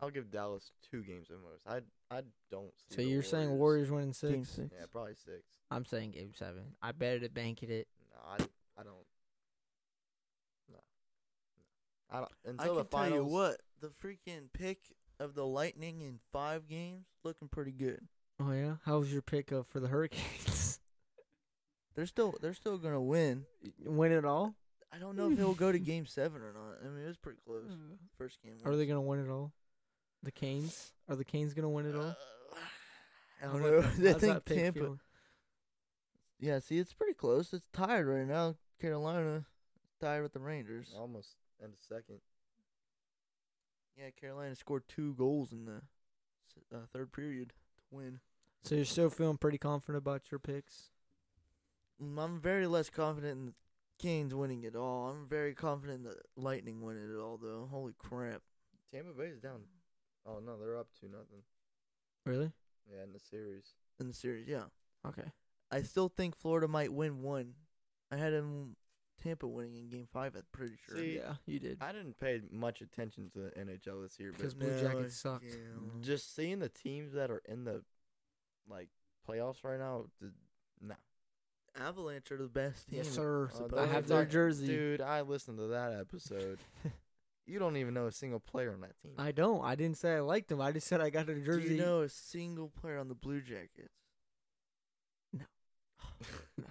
Speaker 3: I'll give Dallas two games at most. I I don't. See
Speaker 1: so
Speaker 3: the
Speaker 1: you're saying Warriors
Speaker 3: Warriors.
Speaker 1: winning six?
Speaker 2: Game six.
Speaker 3: Yeah, probably six.
Speaker 1: I'm saying game seven. I bet it bank it.
Speaker 3: No, I I don't. No. no. I don't.
Speaker 2: I
Speaker 3: Until
Speaker 2: can
Speaker 3: the finals.
Speaker 2: tell you what the freaking pick of the Lightning in five games looking pretty good.
Speaker 1: Oh yeah, how was your pick up for the Hurricanes?
Speaker 2: They're still they're still gonna win.
Speaker 1: Win it all?
Speaker 2: I don't know if he'll go to Game Seven or not. I mean, it was pretty close.
Speaker 3: Hmm.
Speaker 2: First game.
Speaker 1: Are they
Speaker 2: was-
Speaker 1: gonna win it all? The Canes? Are the Canes gonna win it all?
Speaker 2: Uh, I don't
Speaker 1: How's
Speaker 2: know.
Speaker 1: that-
Speaker 2: I
Speaker 1: how's that
Speaker 2: think
Speaker 1: pick
Speaker 2: Tampa.
Speaker 1: feeling?
Speaker 2: Yeah, see, it's pretty close. It's tied right now. Carolina tied with the Rangers.
Speaker 3: Almost end a second.
Speaker 2: Yeah, Carolina scored two goals in the s- uh, third period to win.
Speaker 1: So you're still feeling pretty confident about your picks.
Speaker 2: Mm, I'm very less confident in the Kane's winning it all. I'm very confident that Lightning win it all, though. Holy crap!
Speaker 3: Tampa Bay is down. Oh no, they're up to nothing.
Speaker 1: Really?
Speaker 3: Yeah, in the series.
Speaker 2: In the series, yeah.
Speaker 1: Okay.
Speaker 2: I still think Florida might win one. I had him Tampa winning in Game Five. I'm pretty sure.
Speaker 3: See,
Speaker 1: Yeah, you did.
Speaker 3: I didn't pay much attention to the NHL this year, but
Speaker 1: Because Blue Jackets
Speaker 2: I
Speaker 1: sucked.
Speaker 2: can't.
Speaker 3: just seeing the teams that are in the like playoffs right now, d- nah.
Speaker 2: Avalanche are the best team.
Speaker 1: Yes, sir.
Speaker 3: Uh,
Speaker 1: I have
Speaker 3: those are
Speaker 1: their
Speaker 3: talking-
Speaker 1: jersey.
Speaker 3: Dude, I listened to that episode. you don't even know a single player on that team.
Speaker 1: I don't. I didn't say I liked them. I just said I got a jersey.
Speaker 2: Do you know a single player on the Blue Jackets?
Speaker 3: Do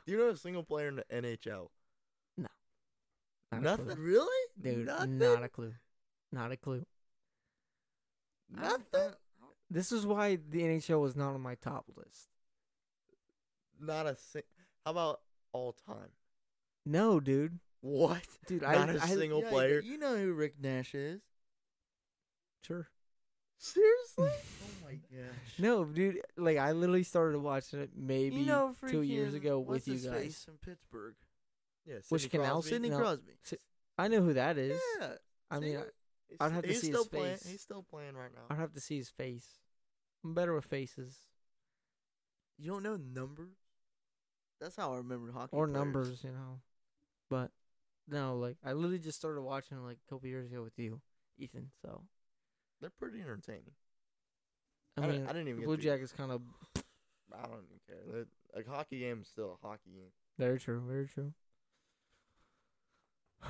Speaker 3: you know a single player in the NHL?
Speaker 1: Not a
Speaker 3: Nothing.
Speaker 1: clue.
Speaker 2: Really?
Speaker 1: dude.
Speaker 2: Nothing?
Speaker 1: Not a clue. Not a clue.
Speaker 2: Nothing.
Speaker 1: This is why the NHL was not on my top list.
Speaker 3: Not a sing. How about all time?
Speaker 1: No, dude.
Speaker 3: What?
Speaker 1: Dude, I
Speaker 3: Not a
Speaker 1: I-
Speaker 3: single
Speaker 2: Yeah,
Speaker 3: player.
Speaker 2: You know who Rick Nash is?
Speaker 1: Sure.
Speaker 3: Seriously?
Speaker 2: Oh gosh.
Speaker 1: No, dude. Like I literally started watching it maybe
Speaker 2: you know,
Speaker 1: two years
Speaker 2: freaking-
Speaker 1: ago with
Speaker 2: what's
Speaker 1: you
Speaker 2: his
Speaker 1: guys.
Speaker 2: face from Pittsburgh.
Speaker 3: yeah.
Speaker 1: Which
Speaker 3: Sidney
Speaker 1: canal
Speaker 3: Crosby?
Speaker 1: Sidney
Speaker 2: Sidney
Speaker 1: No.
Speaker 2: Crosby.
Speaker 1: Si- I know who that is.
Speaker 2: Yeah.
Speaker 1: I mean,
Speaker 2: Sidney-
Speaker 3: He's-
Speaker 1: I'd have to
Speaker 3: he's
Speaker 1: see his
Speaker 3: still playing-
Speaker 1: face.
Speaker 3: He's still playing right now.
Speaker 1: I, I'd have to see his face. I'm better with faces
Speaker 2: you don't know numbers. That's how I remember hockey.
Speaker 1: or
Speaker 2: players.
Speaker 1: numbers, you know. But no, like I literally just started watching it like a couple years ago with you, Ethan. So
Speaker 3: They're pretty entertaining.
Speaker 1: I,
Speaker 3: I don't-
Speaker 1: mean,
Speaker 3: I didn't even
Speaker 1: the
Speaker 3: get
Speaker 1: Blue
Speaker 3: to-
Speaker 1: Jackets kind of
Speaker 3: I don't even care. They're, like hockey game is still a hockey game.
Speaker 1: Very true. Very true.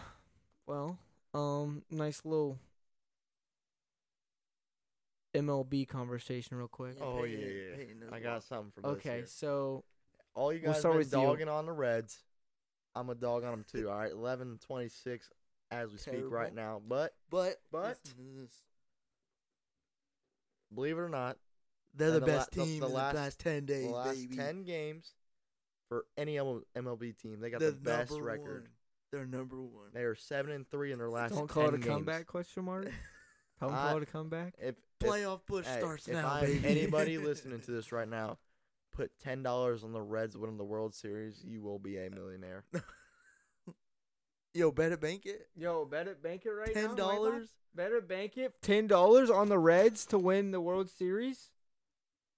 Speaker 1: Well, um, nice little MLB conversation, real quick.
Speaker 3: Oh,
Speaker 2: Peyton-
Speaker 3: yeah, yeah, yeah.
Speaker 2: Peyton knows
Speaker 3: I
Speaker 2: a
Speaker 3: got
Speaker 2: lot.
Speaker 3: something for this.
Speaker 1: Okay,
Speaker 3: year.
Speaker 1: so
Speaker 3: All you
Speaker 1: we'll
Speaker 3: guys
Speaker 1: start
Speaker 3: been
Speaker 1: with you.
Speaker 3: dogging on the Reds. I'm a dog on them too. All right, 11 26 as we speak
Speaker 2: Terrible.
Speaker 3: right now. But
Speaker 2: But
Speaker 3: But-
Speaker 2: listen to this.
Speaker 3: believe it or not,
Speaker 2: they're
Speaker 3: And
Speaker 2: the,
Speaker 3: the la-
Speaker 2: best
Speaker 3: the-
Speaker 2: team
Speaker 3: the
Speaker 2: in
Speaker 3: last-
Speaker 2: the past ten days,
Speaker 3: the last
Speaker 2: baby.
Speaker 3: 10 games for any ML- MLB team, they got
Speaker 2: They're
Speaker 3: the best
Speaker 2: number
Speaker 3: record.
Speaker 2: one. They're number one.
Speaker 3: They are seven and three in their last.
Speaker 1: don't call it
Speaker 3: 10
Speaker 1: a
Speaker 3: games.
Speaker 1: comeback? Question mark. Don't
Speaker 3: I-
Speaker 1: call it a comeback.
Speaker 3: If, if,
Speaker 2: Playoff push
Speaker 3: hey,
Speaker 2: starts
Speaker 3: if
Speaker 2: now,
Speaker 3: I-
Speaker 2: baby.
Speaker 3: anybody listening to this right now, put ten dollars on the Reds winning the World Series, you will be a millionaire.
Speaker 2: yo, better bank it.
Speaker 1: Yo, better bank it right
Speaker 2: Ten dollars.
Speaker 1: Better bank it. Ten dollars on the Reds to win the World Series.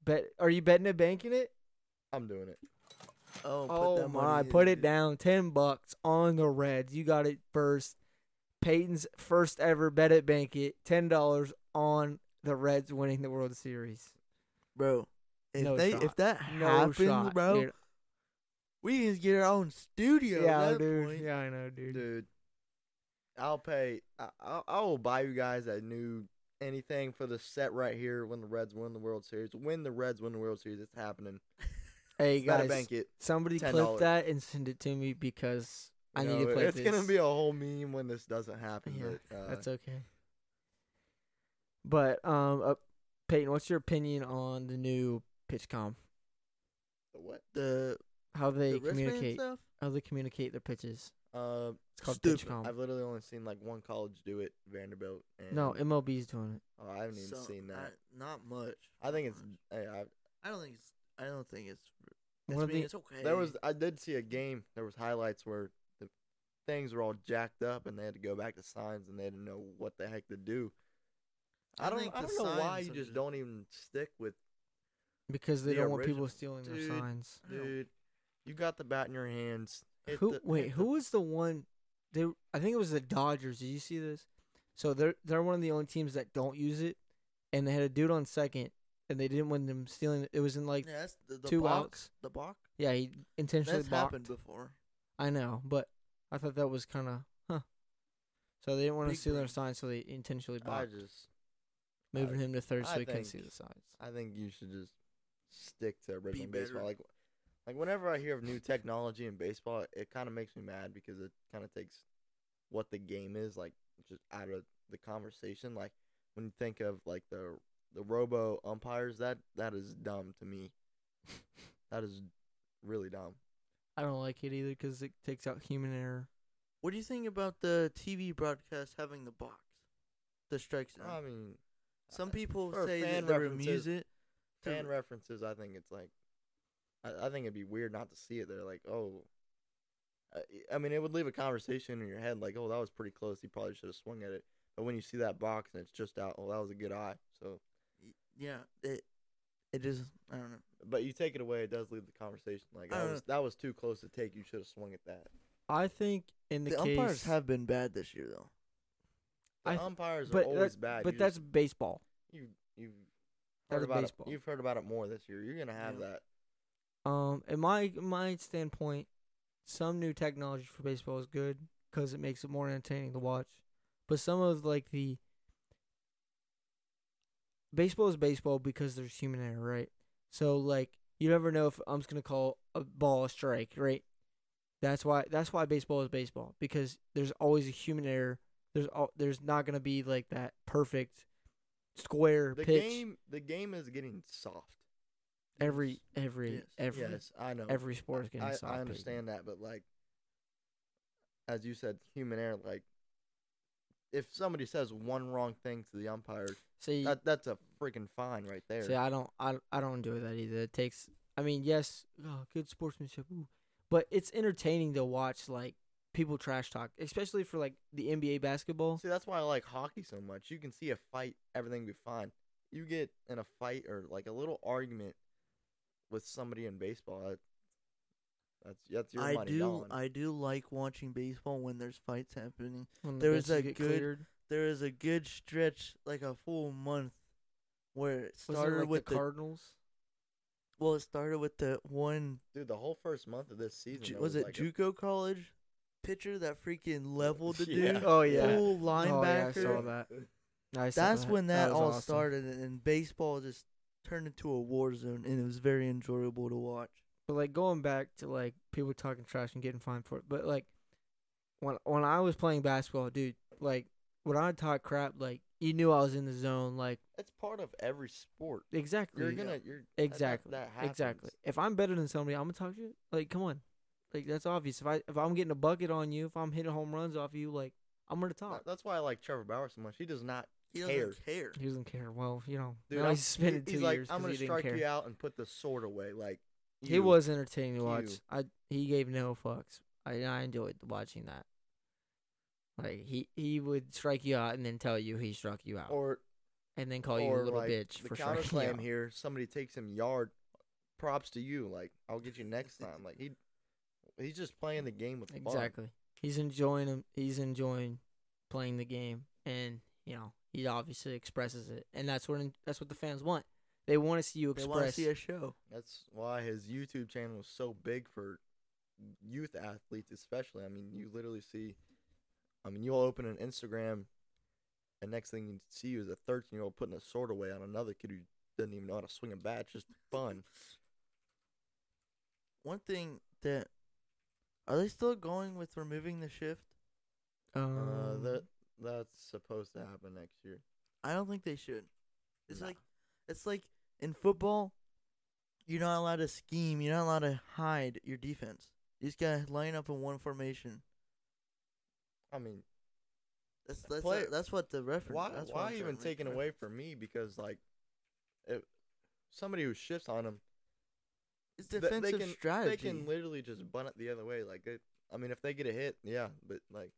Speaker 1: Bet? Are you betting it? Banking it?
Speaker 3: I'm doing it.
Speaker 2: Oh,
Speaker 1: Oh
Speaker 2: put that
Speaker 1: my!
Speaker 2: money in,
Speaker 1: Put it
Speaker 2: dude.
Speaker 1: down. Ten bucks on the Reds. You got it first. Peyton's first ever bet at bank it. Ten dollars on the Reds winning the World Series.
Speaker 2: bro. If
Speaker 1: No
Speaker 2: they
Speaker 1: shot.
Speaker 2: if that
Speaker 1: No
Speaker 2: happens,
Speaker 1: shot,
Speaker 2: bro,
Speaker 1: dude.
Speaker 2: we can just get our own studio. at
Speaker 1: Yeah,
Speaker 2: that
Speaker 1: dude.
Speaker 2: point.
Speaker 1: Yeah, I know, dude.
Speaker 3: dude. I'll pay. I, I I will buy you guys a new anything for the set right here when the Reds win the World Series. When the Reds win the World Series, it's happening.
Speaker 1: Hey
Speaker 3: Gotta
Speaker 1: guys,
Speaker 3: bank it.
Speaker 1: somebody clip
Speaker 3: $10.
Speaker 1: that and send it to me because I
Speaker 3: You
Speaker 1: need to
Speaker 3: know,
Speaker 1: play
Speaker 3: It's
Speaker 1: this.
Speaker 3: gonna be a whole meme when this doesn't happen.
Speaker 1: Yeah,
Speaker 3: but, uh,
Speaker 1: That's okay. But um, uh, Peyton, what's your opinion on the new PitchCom?
Speaker 3: what?
Speaker 2: The,
Speaker 1: How they
Speaker 2: the wristband
Speaker 1: communicate?
Speaker 2: stuff.
Speaker 1: How they communicate their pitches?
Speaker 3: Uh,
Speaker 1: It's called
Speaker 2: Stupid.
Speaker 1: PitchCom.
Speaker 3: I've literally only seen like one college do it, Vanderbilt. And,
Speaker 1: No, MLB's doing it.
Speaker 3: oh, I haven't even
Speaker 2: So,
Speaker 3: seen
Speaker 2: I-
Speaker 3: that.
Speaker 2: not much.
Speaker 3: I, think it's. Hey, I,
Speaker 2: I don't think it's. I don't think it's.
Speaker 1: One
Speaker 2: I
Speaker 1: of
Speaker 2: mean,
Speaker 1: the-
Speaker 2: it's okay.
Speaker 3: There was I did see a game. There was highlights where the things were all jacked up, and they had to go back to signs, and they didn't know what the heck to do. I
Speaker 2: I
Speaker 3: don't.
Speaker 2: think
Speaker 3: I
Speaker 2: the
Speaker 3: don't know why
Speaker 2: signs
Speaker 3: you
Speaker 2: are
Speaker 3: just
Speaker 2: just-
Speaker 3: don't even stick with
Speaker 1: Because they
Speaker 3: the
Speaker 1: don't want people
Speaker 3: original.
Speaker 1: stealing
Speaker 3: Dude,
Speaker 1: their signs.
Speaker 2: I don't-
Speaker 3: dude. You got the bat in your hands. hit
Speaker 1: Who?
Speaker 3: the-
Speaker 1: wait,
Speaker 3: hit
Speaker 1: who
Speaker 3: the-
Speaker 1: was the one? They, I think it was the Dodgers. Did you see this? So they're they're one of the only teams that don't use it, and they had a dude on second, and they didn't want them stealing. It was in like
Speaker 2: Yeah, that's the, the
Speaker 1: two
Speaker 2: box,
Speaker 1: outs.
Speaker 2: The balk.
Speaker 1: Yeah, he intentionally
Speaker 2: That's
Speaker 1: blocked.
Speaker 2: happened before.
Speaker 1: I know, but I thought that was kind of huh. So they didn't want to
Speaker 2: Big
Speaker 1: steal their
Speaker 2: brain.
Speaker 1: signs, so they intentionally
Speaker 3: I
Speaker 1: blocked,
Speaker 3: just.
Speaker 1: moving him to third, so
Speaker 3: I
Speaker 1: he couldn't see
Speaker 3: think-
Speaker 1: the signs.
Speaker 3: I think you should just stick to original baseball.
Speaker 2: better.
Speaker 3: Like, like whenever I hear of new technology in baseball, it, kind of makes me mad because it kind of takes what the game is like just out of the conversation. Like when you think of like the the robo umpires, that that is dumb to me. that is really dumb.
Speaker 1: I don't like it either because it takes out human error.
Speaker 2: What do you think about the TV broadcast having the box, the strike zone?
Speaker 3: I mean,
Speaker 2: Some
Speaker 3: uh,
Speaker 2: people
Speaker 3: Um, for
Speaker 2: say
Speaker 3: fan
Speaker 2: that they
Speaker 3: references-
Speaker 2: remuse it. to-
Speaker 3: fan references. I think it's like, I, I think it'd be weird not to see it. They're like, oh, I- I mean, it would leave a conversation in your head like, "Oh, that was pretty close. He probably should have swung at it." But when you see that box and it's just out, "Oh, that was a good eye." So,
Speaker 2: Y- Yeah, it it just I don't know.
Speaker 3: but you take it away, it does leave the conversation like,
Speaker 2: I
Speaker 3: "That
Speaker 1: Uh.
Speaker 2: don't
Speaker 3: was that was too close to take. You should have swung at that."
Speaker 1: I think in the,
Speaker 2: The,
Speaker 1: case,
Speaker 2: umpires have been bad this year though.
Speaker 3: The
Speaker 1: I th-
Speaker 3: umpires are
Speaker 1: but
Speaker 3: always
Speaker 1: that-
Speaker 3: bad.
Speaker 1: But
Speaker 3: you
Speaker 1: that's
Speaker 3: just-
Speaker 1: baseball.
Speaker 3: you you
Speaker 1: That
Speaker 3: heard
Speaker 1: was
Speaker 3: about
Speaker 1: baseball.
Speaker 3: it. You've heard about it more this year. You're gonna have
Speaker 2: Yeah.
Speaker 3: that.
Speaker 1: Um, in my my standpoint, some new technology for baseball is good because it makes it more entertaining to watch. But some of like the baseball is baseball because there's human error, right? So like you never know if I'm just gonna call a ball a strike, right? That's why that's why baseball is baseball because there's always a human error. There's all, there's not gonna be like that perfect square
Speaker 3: The
Speaker 1: pitch
Speaker 3: game the game is getting soft.
Speaker 1: every every
Speaker 2: Yes.
Speaker 1: every
Speaker 3: yes, I know.
Speaker 1: every sport is getting
Speaker 3: I,
Speaker 1: soft.
Speaker 3: I
Speaker 1: pitch.
Speaker 3: understand that, but like, as you said, human error. Like, if somebody says one wrong thing to the umpire,
Speaker 1: See,
Speaker 3: that that's a freaking fine right there.
Speaker 1: See, I don't, I, I don't enjoy that either. It takes, I mean, yes, oh, good sportsmanship, ooh, but it's entertaining to watch like people trash talk, especially for like the NBA basketball.
Speaker 3: see, that's why I like hockey so much. You can see a fight, everything be fine. You get in a fight or like a little argument with somebody in baseball. That, that's that's your
Speaker 2: I
Speaker 3: money
Speaker 2: do
Speaker 3: gone.
Speaker 2: I do like watching baseball when there's fights happening.
Speaker 1: when the
Speaker 2: There was
Speaker 1: benches
Speaker 2: a
Speaker 1: get
Speaker 2: good-
Speaker 1: cleared.
Speaker 2: There is a good stretch, like a full month, where it
Speaker 1: Was it,
Speaker 2: started
Speaker 1: like,
Speaker 2: with
Speaker 1: the Cardinals.
Speaker 2: well, it started with the one
Speaker 3: Dude, the whole first month of this season
Speaker 2: Ju-
Speaker 3: that
Speaker 2: was it
Speaker 3: like a-
Speaker 2: JUCO college pitcher that freaking leveled the
Speaker 3: Yeah.
Speaker 2: dude?
Speaker 1: Oh yeah, oh,
Speaker 2: Full
Speaker 1: yeah,
Speaker 2: linebacker.
Speaker 1: I saw that. I saw
Speaker 2: That's when that,
Speaker 1: was
Speaker 2: all
Speaker 1: awesome.
Speaker 2: started, and and baseball just turned into a war zone, and it was very enjoyable to watch.
Speaker 1: But like going back to like people talking trash and getting fined for it. But like when when I was playing basketball, dude, like when I talk crap, like you knew I was in the zone. Like
Speaker 3: It's part of every sport.
Speaker 1: exactly,
Speaker 3: You're gonna you're that- that-
Speaker 1: Exactly.
Speaker 3: that happens.
Speaker 1: exactly. If I'm better than somebody, I'm gonna talk shit. Like, come on. Like that's obvious. If I if I'm getting a bucket on you, if I'm hitting home runs off you, like I'm gonna
Speaker 3: That-
Speaker 1: talk.
Speaker 3: That's why I like Trevor Bauer so much. He does not
Speaker 2: He
Speaker 3: doesn't Care.
Speaker 2: care.
Speaker 1: He doesn't care. Well, you know,
Speaker 3: Dude,
Speaker 1: now
Speaker 3: I'm-
Speaker 1: he's spending
Speaker 3: he-
Speaker 1: two years
Speaker 3: he's like, I'm
Speaker 1: 'cause
Speaker 3: gonna
Speaker 1: he didn't
Speaker 3: strike
Speaker 1: care.
Speaker 3: you out and put the sword away. Like
Speaker 1: He
Speaker 3: you.
Speaker 1: was entertaining to
Speaker 3: You.
Speaker 1: watch. I he gave no fucks. I I enjoyed watching that. Like he he would strike you out and then tell you he struck you out,
Speaker 3: or
Speaker 1: and then call you
Speaker 3: or
Speaker 1: a little
Speaker 3: like,
Speaker 1: bitch
Speaker 3: the
Speaker 1: for striking
Speaker 3: counter
Speaker 1: you
Speaker 3: slam
Speaker 1: out.
Speaker 3: here. Somebody takes him yard. Props to you. Like I'll get you next time. Like he he's just playing the game with fun.
Speaker 1: Exactly. He's enjoying him. He's enjoying playing the game, and you know he obviously expresses it, and that's what that's what the fans want. They want to see you
Speaker 2: They want to
Speaker 1: express.
Speaker 2: see a show.
Speaker 3: That's why his YouTube channel is so big for youth athletes, especially. I mean, you literally see. I mean, you'll open an Instagram, and next thing you see is a 13 year old putting a sword away on another kid who doesn't even know how to swing a bat. It's just fun.
Speaker 2: One thing that are they still going with removing the shift?
Speaker 3: uh,
Speaker 1: um,
Speaker 3: that that's supposed to happen next year.
Speaker 2: I don't think they should. It's
Speaker 1: No.
Speaker 2: like it's like in football, you're not allowed to scheme. You're not allowed to hide your defense. You just gotta line up in one formation.
Speaker 3: I mean,
Speaker 2: That's that's
Speaker 3: Play-
Speaker 2: that's what the reference.
Speaker 3: why
Speaker 2: that's what
Speaker 3: why
Speaker 2: I'm
Speaker 3: even
Speaker 2: trying to make
Speaker 3: taken
Speaker 2: the
Speaker 3: away
Speaker 2: reference.
Speaker 3: from me? Because like, if somebody who shifts on him,
Speaker 2: It's
Speaker 3: th-
Speaker 2: defensive
Speaker 3: they can,
Speaker 2: strategy.
Speaker 3: They can literally just bunt it the other way. Like, it, I mean, if they get a hit, yeah, but like,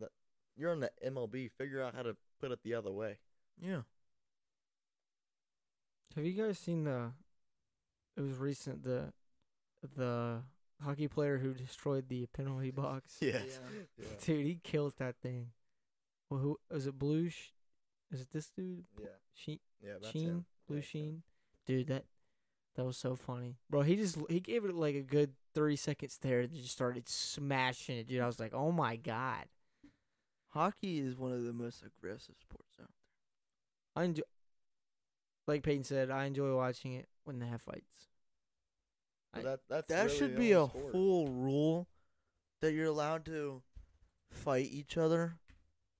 Speaker 3: the, you're in the MLB. Figure out how to put it the other way.
Speaker 2: yeah.
Speaker 1: have you guys seen the? It was recent the, the hockey player who destroyed the penalty box.
Speaker 3: Yes.
Speaker 2: Yeah.
Speaker 3: Yeah.
Speaker 1: Dude, he killed that thing. Well, who is it? Blue? Sh- is it this dude?
Speaker 3: Yeah.
Speaker 1: She
Speaker 3: Yeah, that's
Speaker 1: Sheen,
Speaker 3: him.
Speaker 1: Blue
Speaker 3: Yeah, that's him.
Speaker 1: Sheen. Dude, that that was so funny, bro. He just he gave it like a good three seconds there, and just started smashing it, dude. I was like, oh my god.
Speaker 2: Hockey is one of the most aggressive sports. Now.
Speaker 1: I enjoy, like Peyton said, I enjoy watching it when they have fights.
Speaker 3: But
Speaker 1: I-
Speaker 3: that that's
Speaker 2: That
Speaker 3: really
Speaker 2: should
Speaker 3: the
Speaker 2: be a
Speaker 3: only sport.
Speaker 2: full rule that you're allowed to fight each other,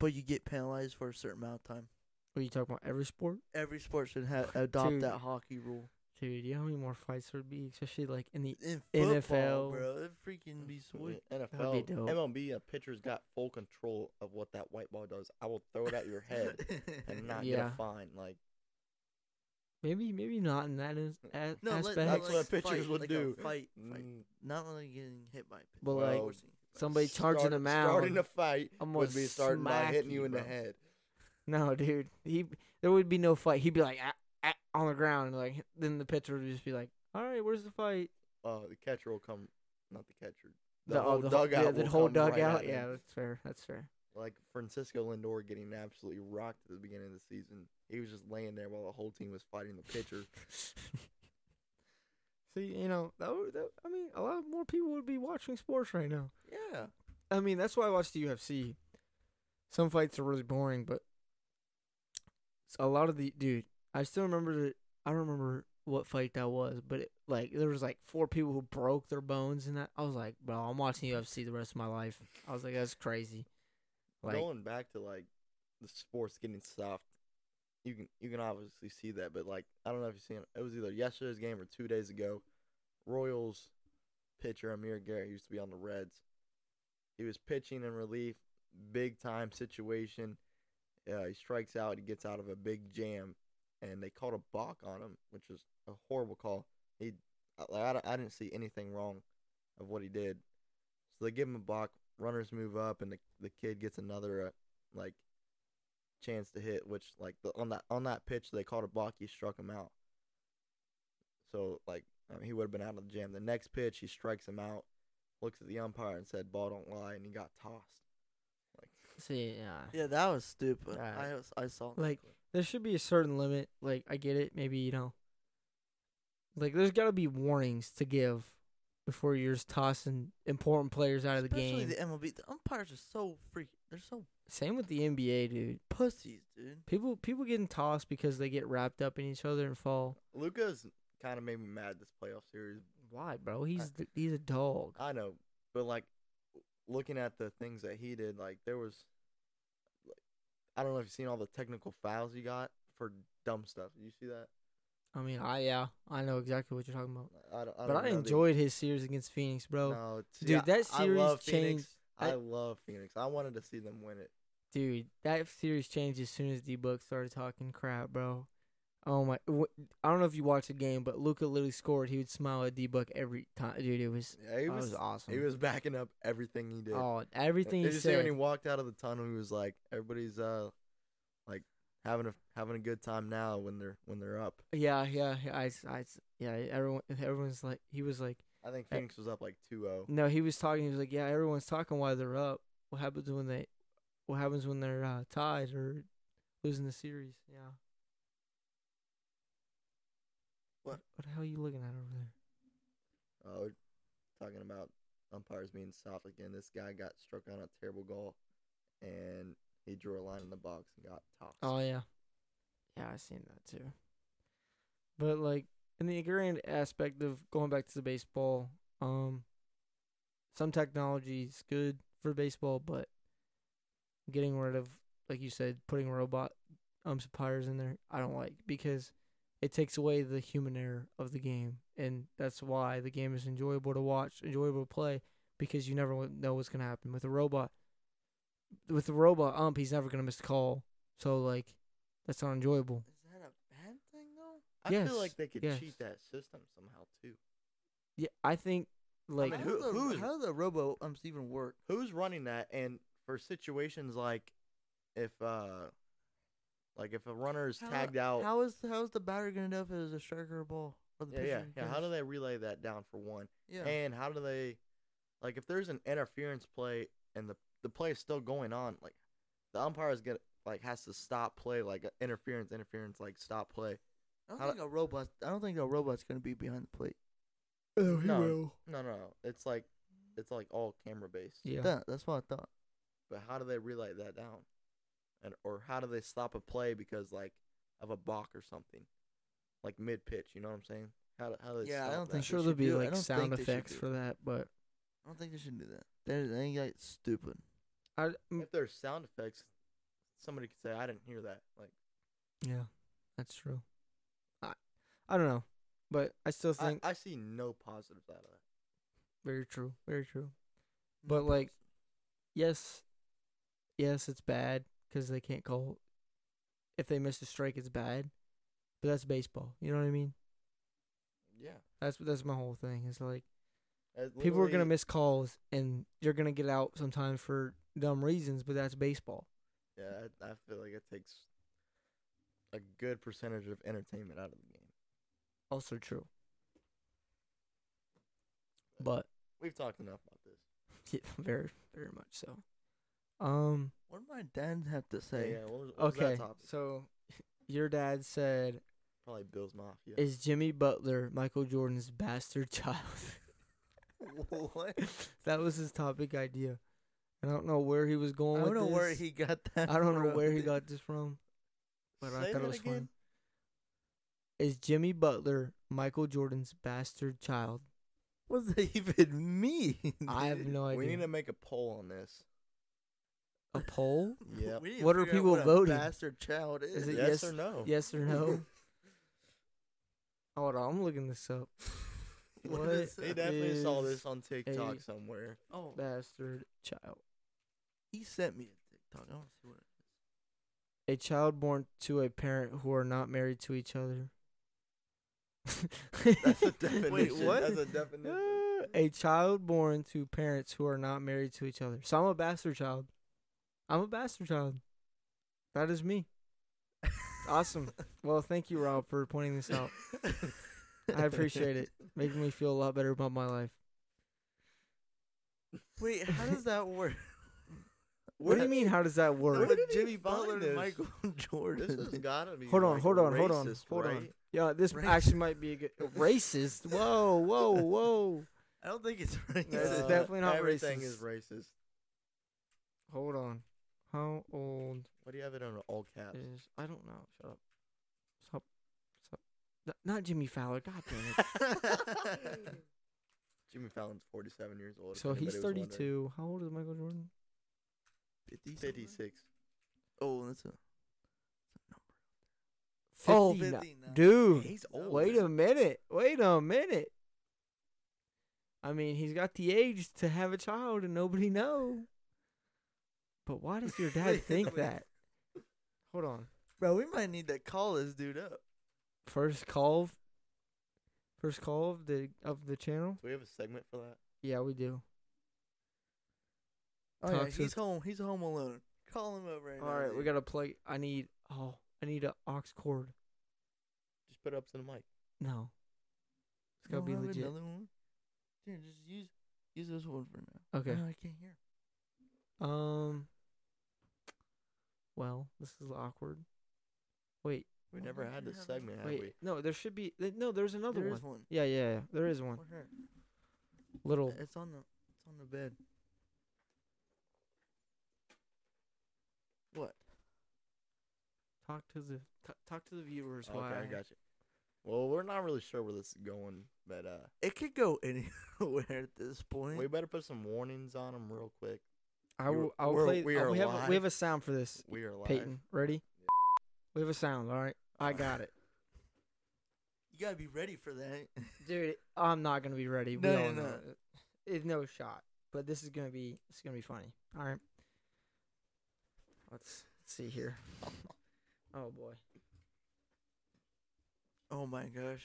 Speaker 2: but you get penalized for a certain amount of time.
Speaker 1: What are you talking about? Every sport,
Speaker 2: Every sport should ha- adopt
Speaker 1: Dude.
Speaker 2: that hockey rule.
Speaker 1: dude. You know how many more fights there would be, especially like in the
Speaker 2: In football,
Speaker 1: NFL.
Speaker 2: bro, it'd freaking be sweet.
Speaker 3: NFL,
Speaker 1: dope.
Speaker 3: MLB, a pitcher's got full control of what that white ball does. I will throw it at your head and not get
Speaker 1: Yeah.
Speaker 3: a fine. Like,
Speaker 1: Maybe maybe not in that is, a,
Speaker 2: No, let-
Speaker 1: aspect.
Speaker 2: let-
Speaker 3: That's
Speaker 2: like
Speaker 3: what pitchers
Speaker 2: fight,
Speaker 3: would
Speaker 2: like a
Speaker 3: do.
Speaker 2: fight, fight.
Speaker 3: Mm.
Speaker 2: Not only getting hit by a pitch.
Speaker 1: But,
Speaker 2: but
Speaker 3: like,
Speaker 2: forcing it by a
Speaker 1: somebody charging
Speaker 3: Start-
Speaker 1: him
Speaker 3: Starting
Speaker 1: out.
Speaker 3: a fight
Speaker 1: I'm gonna
Speaker 3: would be starting by
Speaker 1: smack
Speaker 3: hitting you
Speaker 1: you,
Speaker 3: in the
Speaker 1: bro.
Speaker 3: head.
Speaker 1: no, dude, he there would be no fight. He'd be like ah, ah, on the ground, and like then the pitcher would just be like, "All right, where's the fight?"
Speaker 3: Uh, the catcher will come, not the catcher. The,
Speaker 1: The- oh,
Speaker 3: whole
Speaker 1: the whole-
Speaker 3: dugout.
Speaker 1: yeah, the
Speaker 3: will
Speaker 1: whole
Speaker 3: come right
Speaker 1: dugout.
Speaker 3: at him.
Speaker 1: yeah, that's fair. That's fair.
Speaker 3: like Francisco Lindor getting absolutely rocked at the beginning of the season. He was just laying there while the whole team was fighting the pitcher.
Speaker 1: See, you know, that, would- that, I mean, a lot more people would be watching sports right now.
Speaker 3: yeah,
Speaker 1: I mean, that's why I watch the UFC. Some fights are really boring, but s- a lot of the dude, I still remember. The, I don't remember what fight that was, but it, like there was like four people who broke their bones, and that I was like, bro, I'm watching UFC the rest of my life. I was like, that's crazy. Like,
Speaker 3: going back to like the sports getting soft. You can you can obviously see that, but like I don't know if you've seen it. It was either yesterday's game or two days ago. Royals pitcher Amir Garrett used to be on the Reds. He was pitching in relief, big time situation. Uh, he strikes out. He gets out of a big jam, and they called a balk on him, which was a horrible call. He, I- like, I, don't- I didn't see anything wrong of what he did. So they give him a balk. Runners move up, and the, the kid gets another uh, like chance to hit, which like the, on that on that pitch they called a balk. He struck him out. So like I mean, he would have been out of the jam. The next pitch, he strikes him out. Looks at the umpire and said, "Ball don't lie," and he got tossed. Like
Speaker 1: see, yeah.
Speaker 2: Yeah, that was stupid.
Speaker 1: Alright.
Speaker 2: I was, I saw. that
Speaker 1: Like,
Speaker 2: clip.
Speaker 1: there should be a certain limit. Like, I get it. Maybe you know, like there's got to be warnings to give before you're just tossing important players out of the
Speaker 2: especially
Speaker 1: game.
Speaker 2: the MLB. The umpires are so freak. They're so
Speaker 1: Same with the NBA, dude.
Speaker 2: pussies, dude.
Speaker 1: People people getting tossed because they get wrapped up in each other and fall.
Speaker 3: Luca's kind of made me mad this playoff series.
Speaker 1: Why, bro? He's th- he's a dog.
Speaker 3: I know, but like looking at the things that he did, like there was, like, I don't know if you've seen all the technical fouls he got for dumb stuff. Did you see that?
Speaker 1: I mean, I yeah, I know exactly what you're talking about.
Speaker 3: I don't. I
Speaker 1: but
Speaker 3: don't
Speaker 1: I
Speaker 3: know the-
Speaker 1: enjoyed his series against Phoenix, bro.
Speaker 3: No, it's-
Speaker 1: Dude, that series
Speaker 3: I love
Speaker 1: changed-
Speaker 3: Phoenix. I,
Speaker 1: I-
Speaker 3: love Phoenix. I wanted to see them win it.
Speaker 1: Dude, that series changed as soon as D Book started talking crap, bro. Oh my! w- I don't know if you watched the game, but Luca literally scored. He would smile at D Book every time, dude. It was
Speaker 3: Yeah, he
Speaker 1: that
Speaker 3: was,
Speaker 1: was awesome.
Speaker 3: He was backing up everything he did.
Speaker 1: oh everything he
Speaker 3: Did you see when he
Speaker 1: said.
Speaker 3: walked out of the tunnel? He was like, "Everybody's uh, like having a having a good time now when they're when they're up."
Speaker 1: Yeah, yeah, yeah, I, s- I, s- yeah. Everyone, everyone's like, he was like.
Speaker 3: I think
Speaker 1: Eh.
Speaker 3: Phoenix was up like oh. 2-0.
Speaker 1: No, he was talking. He was like, "Yeah, everyone's talking while they're up. What happens when they, what happens when they're uh, tied or losing the series? Yeah.
Speaker 2: What?
Speaker 1: What the hell are you looking at over there?
Speaker 3: Uh, we're talking about umpires being soft again. This guy got struck on a terrible goal, and he drew a line in the box and got tossed.
Speaker 1: Oh yeah, yeah, I seen that too. But like in the grand aspect of going back to the baseball, um, some technology is good for baseball, but getting rid of, like you said, putting robot umpires in there, I don't like because it takes away the human error of the game, and that's why the game is enjoyable to watch, enjoyable to play, because you never wa- know what's gonna happen with a robot. With a robot ump, he's never gonna miss a call. So like, that's not enjoyable.
Speaker 2: Is that a bad thing though?
Speaker 3: I feel
Speaker 1: yes,
Speaker 3: like they could
Speaker 1: yes.
Speaker 3: cheat that system somehow too.
Speaker 1: Yeah, I think like
Speaker 3: mean,
Speaker 2: how
Speaker 3: who-
Speaker 2: do the,
Speaker 3: who's-
Speaker 2: how do the robo
Speaker 1: um,
Speaker 2: umps even work?
Speaker 3: Who's running that? And for situations like if uh, like if a runner is
Speaker 2: How-
Speaker 3: tagged out,
Speaker 2: How is how is the batter gonna know if it was a striker or a ball? Or the
Speaker 3: yeah,
Speaker 2: pitcher
Speaker 3: yeah,
Speaker 2: who
Speaker 3: yeah. How do
Speaker 2: cares?
Speaker 3: they relay that down for one?
Speaker 2: Yeah.
Speaker 3: And how do they like if there's an interference play and the the play is still going on, like the umpire is gonna like has to stop play, like uh, interference, interference, like stop play.
Speaker 2: I don't
Speaker 3: how do-
Speaker 2: think a robot. I don't think a robot's gonna be behind the plate.
Speaker 1: oh,
Speaker 3: he No. will. No, no, no. It's like it's like all camera based.
Speaker 1: Yeah,
Speaker 2: That, that's what I thought.
Speaker 3: But how do they relay that down? And or how do they stop a play because like of a balk or something, like mid pitch? You know what I'm saying? How do, how do they
Speaker 2: Yeah, I
Speaker 3: stop
Speaker 2: don't
Speaker 3: that?
Speaker 1: I'm
Speaker 2: think
Speaker 1: sure
Speaker 2: they
Speaker 1: there'll
Speaker 2: should
Speaker 1: be
Speaker 2: do it. I
Speaker 1: like
Speaker 2: don't
Speaker 1: sound
Speaker 2: think they should
Speaker 1: effects
Speaker 2: do
Speaker 1: for
Speaker 2: it.
Speaker 1: that, but
Speaker 2: I don't think they should do that. They're, they ain't like stupid.
Speaker 1: I mm,
Speaker 3: if there's sound effects, somebody could say I didn't hear that. Like
Speaker 1: yeah, that's true. I I don't know, but I still think
Speaker 3: I, I see no positives out of that.
Speaker 1: very true, very
Speaker 3: Mm,
Speaker 1: true. But, like, Yes, yes, it's bad because they can't call. If they miss a strike, it's bad, But that's baseball. You know what I mean?
Speaker 3: Yeah.
Speaker 1: That's that's my whole thing. It's like
Speaker 3: That's
Speaker 1: people are gonna
Speaker 3: literally-
Speaker 1: miss calls, and you're gonna get out sometimes for dumb reasons. But that's baseball.
Speaker 3: Yeah, I, I feel like it takes a good percentage of entertainment out of the game.
Speaker 1: Also true. But
Speaker 3: We've talked enough about this.
Speaker 1: yeah, very very much so. Um.
Speaker 2: What did my dad have to say?
Speaker 3: yeah, what was, what was
Speaker 1: Okay.
Speaker 3: that topic?
Speaker 1: So, your dad said,
Speaker 3: Probably Bills Mafia.
Speaker 1: "Is Jimmy Butler Michael Jordan's bastard child?"
Speaker 2: what?
Speaker 1: that was his topic idea. And I don't know where he was
Speaker 2: I
Speaker 1: going
Speaker 2: don't
Speaker 1: with
Speaker 2: know where
Speaker 1: this.
Speaker 2: he got that.
Speaker 1: I don't know
Speaker 2: from.
Speaker 1: where he got this from, but I
Speaker 3: Say
Speaker 1: thought it
Speaker 3: that
Speaker 1: was fun.
Speaker 3: again?
Speaker 1: Is Jimmy Butler Michael Jordan's bastard child?
Speaker 2: What does that even mean?
Speaker 1: I have no idea.
Speaker 3: we need to make a poll on this.
Speaker 1: a poll?
Speaker 3: Yeah.
Speaker 2: We need to
Speaker 1: What are
Speaker 2: figure out
Speaker 1: people
Speaker 2: what a
Speaker 1: voting?
Speaker 2: bastard child is.
Speaker 1: Is it
Speaker 3: yes,
Speaker 1: yes-
Speaker 3: or no?
Speaker 1: Yes or no? Hold on, I'm looking this up. What
Speaker 2: is
Speaker 3: They definitely saw
Speaker 1: is
Speaker 3: this on TikTok
Speaker 1: a-
Speaker 3: somewhere.
Speaker 2: Oh,
Speaker 1: Bastard child.
Speaker 2: he sent me a TikTok. I want to see what. It
Speaker 1: A child born to a parent who are not married to each other.
Speaker 3: That's a definition.
Speaker 2: what?
Speaker 3: That's a definition.
Speaker 1: Uh, a child born to parents who are not married to each other. So I'm a bastard child. I'm a bastard child. That is me. Awesome. Well, thank you, Rob, for pointing this out. I appreciate it. Making me feel a lot better about my life.
Speaker 2: Wait, how does that work?
Speaker 1: What do you mean? How does that
Speaker 3: Where
Speaker 1: work?
Speaker 2: With
Speaker 3: did he
Speaker 2: Jimmy
Speaker 3: find
Speaker 2: Butler and
Speaker 3: this?
Speaker 2: Michael Jordan.
Speaker 3: This has gotta be.
Speaker 1: Hold on,
Speaker 3: like,
Speaker 1: hold on, hold on,
Speaker 3: racist,
Speaker 1: hold on.
Speaker 3: right?
Speaker 1: Yeah, this
Speaker 2: Racist.
Speaker 1: actually might be a good racist. Whoa, whoa, whoa.
Speaker 2: I don't think it's right.
Speaker 1: This is
Speaker 3: Uh,
Speaker 1: definitely not
Speaker 3: everything is racist.
Speaker 1: Hold on. How old
Speaker 3: What do you have it on all caps?
Speaker 1: is I don't know. Shut up. Stop. Stop. N- Not Jimmy Fowler. God damn it.
Speaker 3: Jimmy Fallon's 47 years old. if
Speaker 1: So he's
Speaker 3: anybody was wondering.
Speaker 1: 32. How old is Michael Jordan?
Speaker 3: 56.
Speaker 2: Oh, that's a.
Speaker 1: Oh,
Speaker 2: 59.
Speaker 1: no. dude.
Speaker 3: He's old.
Speaker 1: Wait a minute. Wait a minute. I mean, he's got the age to have a child and nobody know. But why does your dad
Speaker 2: Wait,
Speaker 1: think
Speaker 2: wait.
Speaker 1: that? Hold on.
Speaker 2: Bro, we might need to call this dude up.
Speaker 1: First call. Of, first call of the of the channel.
Speaker 3: Do we have a segment for that?
Speaker 1: Yeah, we do.
Speaker 2: Oh, yeah,
Speaker 1: Talk to
Speaker 2: he's
Speaker 1: us.
Speaker 2: home. He's home alone. Call him up right now.
Speaker 1: All right, we
Speaker 2: dude.
Speaker 1: gotta play. I need. Oh, I need a aux cord.
Speaker 3: Just put it up to the mic.
Speaker 1: No. It's
Speaker 2: You
Speaker 1: gotta
Speaker 2: don't
Speaker 1: be
Speaker 2: have
Speaker 1: legit.
Speaker 2: Another one? Dude, just use use this one for now.
Speaker 1: Okay.
Speaker 2: No, I can't hear.
Speaker 1: Um. Well, this is awkward. Wait,
Speaker 3: We
Speaker 2: Well,
Speaker 3: never
Speaker 2: we
Speaker 3: had
Speaker 2: didn't
Speaker 3: this
Speaker 2: have it.
Speaker 3: segment, have
Speaker 1: wait.
Speaker 3: we?
Speaker 1: No, there should be. th- No, there's another
Speaker 2: There
Speaker 1: one.
Speaker 2: is one.
Speaker 1: Yeah, yeah, yeah. There is one.
Speaker 2: Where at?
Speaker 1: Little.
Speaker 2: It's on the it's on the bed. What?
Speaker 1: Uh, Talk to the t- talk to the viewers.
Speaker 3: Okay,
Speaker 1: why
Speaker 3: I got you. Well, we're not really sure where this is going, but uh,
Speaker 2: It could go anywhere at this point.
Speaker 3: we better put some warnings on them real quick.
Speaker 1: I
Speaker 3: You-
Speaker 1: will. I'll
Speaker 3: we're-
Speaker 1: play.
Speaker 3: we
Speaker 1: uh,
Speaker 3: are
Speaker 1: we have. A,
Speaker 3: live.
Speaker 1: we have a sound for this.
Speaker 3: We are live.
Speaker 1: Peyton, ready? We have a sound. All right. I got it,
Speaker 2: you gotta be ready for that.
Speaker 1: dude. I'm not gonna be ready.
Speaker 2: No,
Speaker 1: we all
Speaker 2: no,
Speaker 1: know it. It's no shot. But this is gonna be. It's gonna be funny. All right. Let's, let's see here. oh boy.
Speaker 2: Oh my gosh.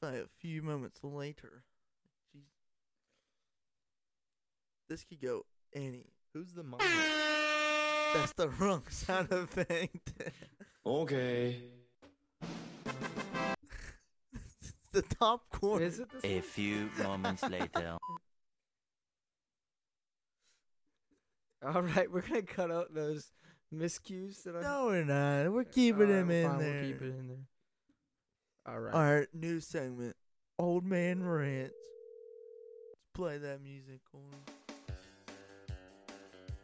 Speaker 2: By a few moments later. Jeez. This could go any.
Speaker 3: Who's the mom?
Speaker 2: That's the wrong sound effect.
Speaker 6: Okay.
Speaker 2: the top corner.
Speaker 1: Is it
Speaker 7: A
Speaker 1: this
Speaker 7: few moments later.
Speaker 1: one? All right, we're gonna cut out those miscues that I.
Speaker 2: No, we're not. We're keeping
Speaker 1: All right,
Speaker 2: him
Speaker 1: well,
Speaker 2: in
Speaker 1: fine,
Speaker 2: there.
Speaker 1: We'll keep it in there. All right.
Speaker 2: All right, new segment. Old man rants. Let's play that music on.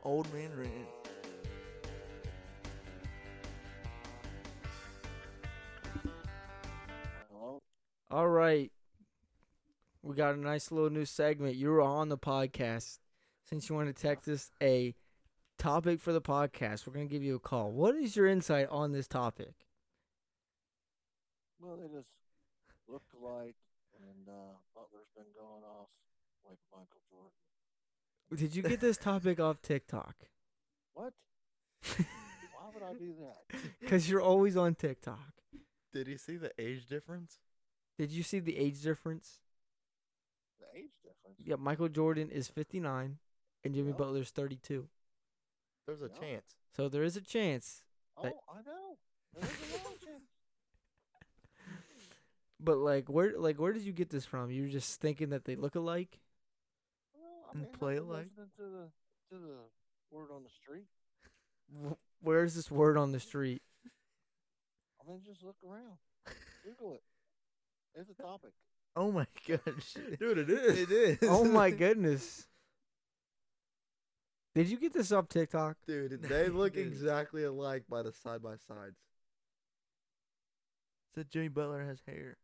Speaker 2: Old man rants.
Speaker 1: All right. We got a nice little new segment. You were on the podcast. Since you want to text us a topic for the podcast, we're going to give you a call. What is your insight on this topic?
Speaker 8: Well, they just look alike, and uh, Butler's been going off like Michael Jordan.
Speaker 1: Did you get this topic off TikTok?
Speaker 8: What? Why would I do that?
Speaker 1: Because you're always on TikTok.
Speaker 3: Did he see the age difference?
Speaker 1: Did you see the age difference?
Speaker 8: The age difference.
Speaker 1: Yeah, Michael Jordan is 59 and Jimmy
Speaker 8: Yeah.
Speaker 1: Butler's 32.
Speaker 3: There's a
Speaker 8: No.
Speaker 3: chance.
Speaker 1: So there is a chance.
Speaker 8: Oh,
Speaker 1: that-
Speaker 8: I know. There is a lot of change.
Speaker 1: But like where like where did you get this from? You're just thinking that they look alike?
Speaker 8: Well, I
Speaker 2: And
Speaker 8: mean, I've
Speaker 2: play
Speaker 8: been
Speaker 2: like-
Speaker 8: listening to the to the word on the street.
Speaker 1: Wh- Where is this word on the street?
Speaker 8: I mean, just look around. Google it. It's a topic.
Speaker 2: Oh my gosh.
Speaker 3: Dude, it is.
Speaker 2: It is.
Speaker 1: Oh my goodness. Did you get this off TikTok?
Speaker 3: Dude, they look
Speaker 2: It is.
Speaker 3: exactly alike by the side by sides.
Speaker 2: Said Jimmy Butler has hair.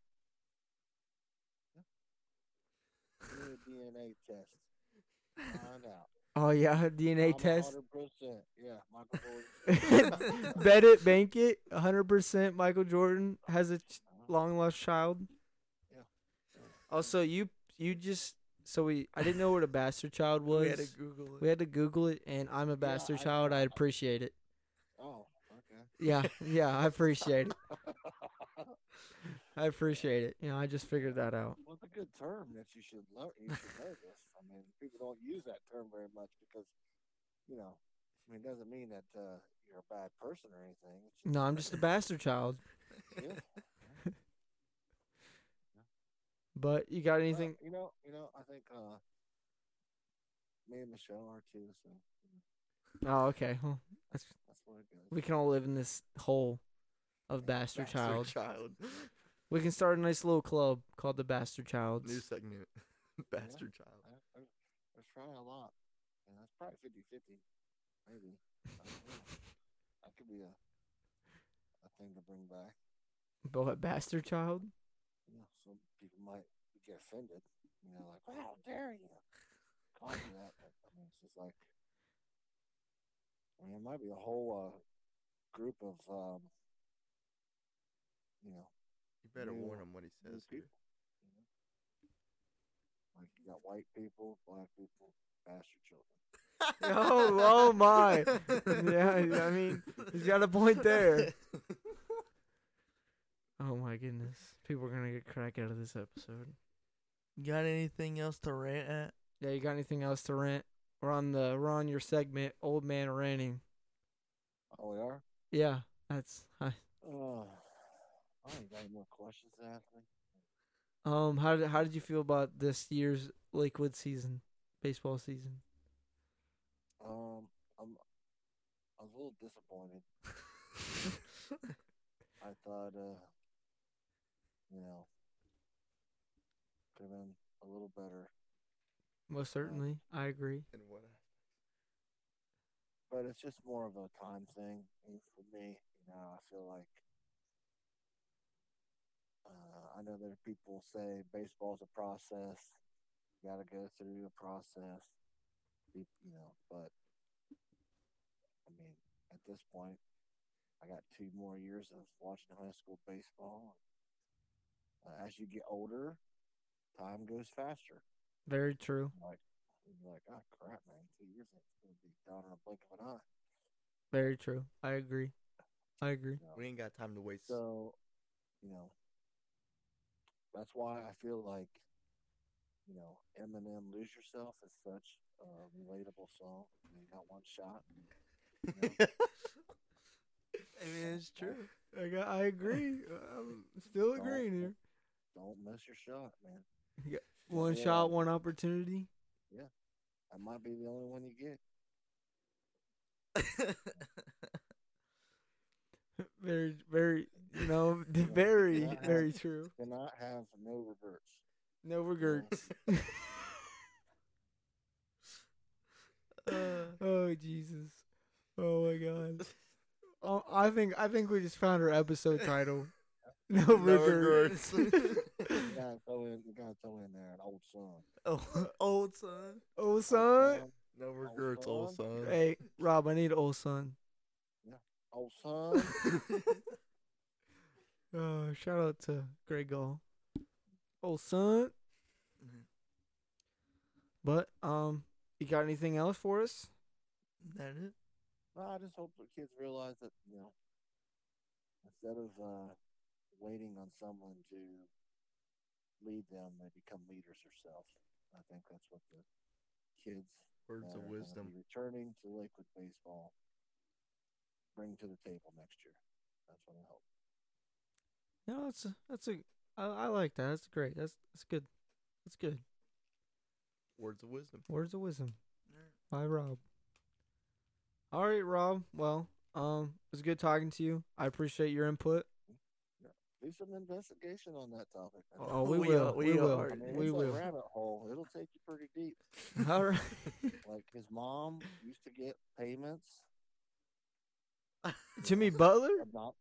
Speaker 8: Do a DNA test. Find out.
Speaker 1: Oh yeah,
Speaker 8: I'm
Speaker 1: DNA test.
Speaker 8: Hundred percent. Yeah, Michael Jordan.
Speaker 1: Bet it, bank it. 100% Michael Jordan has a ch- long lost child.
Speaker 8: Yeah.
Speaker 1: Also, you you just so we I didn't know what a bastard child was.
Speaker 2: We had to Google it.
Speaker 1: We had to Google it, and I'm a bastard
Speaker 8: I-
Speaker 1: child. I appreciate it.
Speaker 8: Oh, okay.
Speaker 1: Yeah, yeah, I appreciate it. I appreciate it. You know, I just figured that out.
Speaker 8: Well, it's a good term that you should learn. You should know this. I mean, people don't use that term very much because, you know, I mean, it doesn't mean that uh, you're a bad person or anything. It's
Speaker 1: No, I'm just a bastard child.
Speaker 8: yeah.
Speaker 1: But you got
Speaker 8: Well,
Speaker 1: anything?
Speaker 8: you know, you know. I think uh, me and Michelle are too. So
Speaker 1: Oh, okay. Well,
Speaker 8: that's what it goes.
Speaker 1: we can all live in this hole of bastard
Speaker 3: Bastard
Speaker 1: child.
Speaker 3: Child.
Speaker 1: We can start a nice little club called the Bastard Childs.
Speaker 3: New segment. Bastard child.
Speaker 8: I, I, I try a lot. And that's probably 50-50. maybe. I don't know. That could be a a thing to bring back.
Speaker 1: But what, bastard child?
Speaker 8: You know, some people might get offended. You know, like, "Well, how dare you?" Call me that. But, I mean, it's just like, I mean, it might be a whole uh, group of, um, you know,
Speaker 3: You better
Speaker 8: New-
Speaker 3: warn him what he
Speaker 8: new
Speaker 3: says here.
Speaker 8: people, you know? Like you got white people, black people, bastard children.
Speaker 1: Oh, oh my. Yeah, I mean, he's got a point there. Oh my goodness. People are going to get crack out of this episode.
Speaker 2: Got anything else to rant at?
Speaker 1: Yeah, you got anything else to rant? We're on the we're on your segment, old man ranting.
Speaker 8: Oh, we are.
Speaker 1: Yeah, that's hi.
Speaker 8: Oh, I ain't got any more questions to ask me.
Speaker 1: Um, how did how did you feel about this year's Lakewood season, baseball season?
Speaker 8: Um, I'm, I was a little disappointed. I thought, uh, you know, could have been a little better,
Speaker 1: Most certainly, I agree.
Speaker 3: And what?
Speaker 8: but it's just more of a time thing and for me. You know, I feel like uh, I know there are people say baseball's a process. You got to go through a process, you you know. But I mean, at this point, I got two more years of watching high school baseball. Uh, as you get older, time goes faster.
Speaker 1: Very true.
Speaker 8: And you're like, oh crap, man, two years it's gonna be down in a blink of an eye.
Speaker 1: Very true. I agree. I agree.
Speaker 8: you know?
Speaker 3: We ain't got time to waste.
Speaker 8: So, you know, that's why I feel like, you know, Eminem "Lose Yourself" is such a relatable song. You got one shot.
Speaker 2: I mean, it's true.
Speaker 1: I got, I agree. I'm still
Speaker 8: Don't-
Speaker 1: agreeing here.
Speaker 8: Don't miss your shot, man.
Speaker 1: One
Speaker 8: Yeah.
Speaker 1: shot, one opportunity.
Speaker 8: That might be the only one you get.
Speaker 1: Very, very, you know,
Speaker 8: Yeah.
Speaker 1: very,
Speaker 8: Yeah.
Speaker 1: very true.
Speaker 8: Cannot have no reverts.
Speaker 1: No regrets.
Speaker 2: Uh,
Speaker 1: oh Jesus! Oh my God! Oh, I think I think we just found our episode title. No,
Speaker 3: No
Speaker 1: regrets.
Speaker 3: regrets.
Speaker 8: You gotta throw in, you gotta throw in there an old song.
Speaker 2: oh, old son.
Speaker 1: old son.
Speaker 3: No regrets, old son.
Speaker 1: Hey, Rob, I need old son.
Speaker 8: Old son.
Speaker 1: Uh, shout out to Greg Gall. Old Oh, son.
Speaker 2: Mhm.
Speaker 1: But um, you got anything else for us?
Speaker 2: That it?
Speaker 8: Well, I just hope the kids realize that you know, instead of uh, waiting on someone to lead them, they become leaders themselves. I think that's what the kids
Speaker 3: Words of
Speaker 8: that are gonna be
Speaker 3: wisdom.
Speaker 8: returning to Lakewood baseball bring to the table next year. That's what I hope.
Speaker 1: No, that's a, that's a I, I like that. That's great. That's that's good. That's good.
Speaker 3: Words of wisdom.
Speaker 1: Words of wisdom by Rob. All right, Rob. Well, um, it was good talking to you. I appreciate your input.
Speaker 8: Do some investigation on that topic. I
Speaker 1: Oh,
Speaker 8: mean,
Speaker 1: we,
Speaker 2: we
Speaker 1: will.
Speaker 2: are-
Speaker 1: we
Speaker 2: we
Speaker 1: will.
Speaker 2: are.
Speaker 8: I mean,
Speaker 1: We
Speaker 8: it's a
Speaker 1: will.
Speaker 8: rabbit hole. It'll take you pretty deep.
Speaker 1: All right.
Speaker 8: Like his mom used to get payments.
Speaker 1: Jimmy Butler.
Speaker 8: Of not,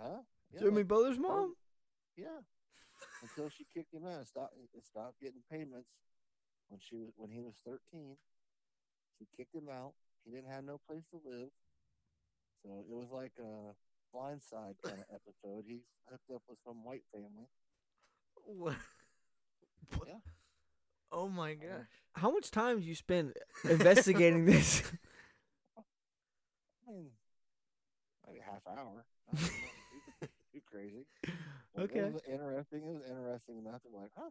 Speaker 8: huh? Yeah,
Speaker 1: Jimmy
Speaker 8: like-
Speaker 1: Butler's mom.
Speaker 8: Yeah. Until she kicked him out, and stopped and stopped getting payments when she was when he was thirteen. She kicked him out. He didn't have no place to live. So it was like a blindside kind of episode. He hooked up with some white family.
Speaker 2: What? What?
Speaker 8: Yeah.
Speaker 2: Oh my gosh.
Speaker 1: How much time do you spend investigating this?
Speaker 8: I mean, maybe half hour. I don't know, too- Too crazy. But
Speaker 1: Okay.
Speaker 8: It was interesting. It was interesting enough. I'm like, huh?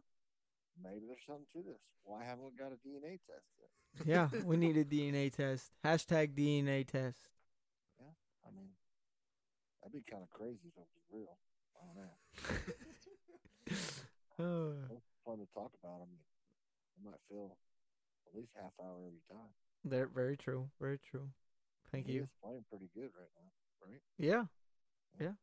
Speaker 8: Maybe there's something to this. Why haven't we got a DNA test yet?
Speaker 1: yeah, we need a DNA test. Hashtag DNA test.
Speaker 8: I mean, that'd be kind of crazy if it was real. I don't know.
Speaker 1: Oh.
Speaker 8: It's fun to talk about. I mean, I might feel at least half hour every time.
Speaker 1: They're very true. Very true. Thank
Speaker 8: he
Speaker 1: you.
Speaker 8: Is playing pretty good right now, right?
Speaker 1: Yeah. Yeah.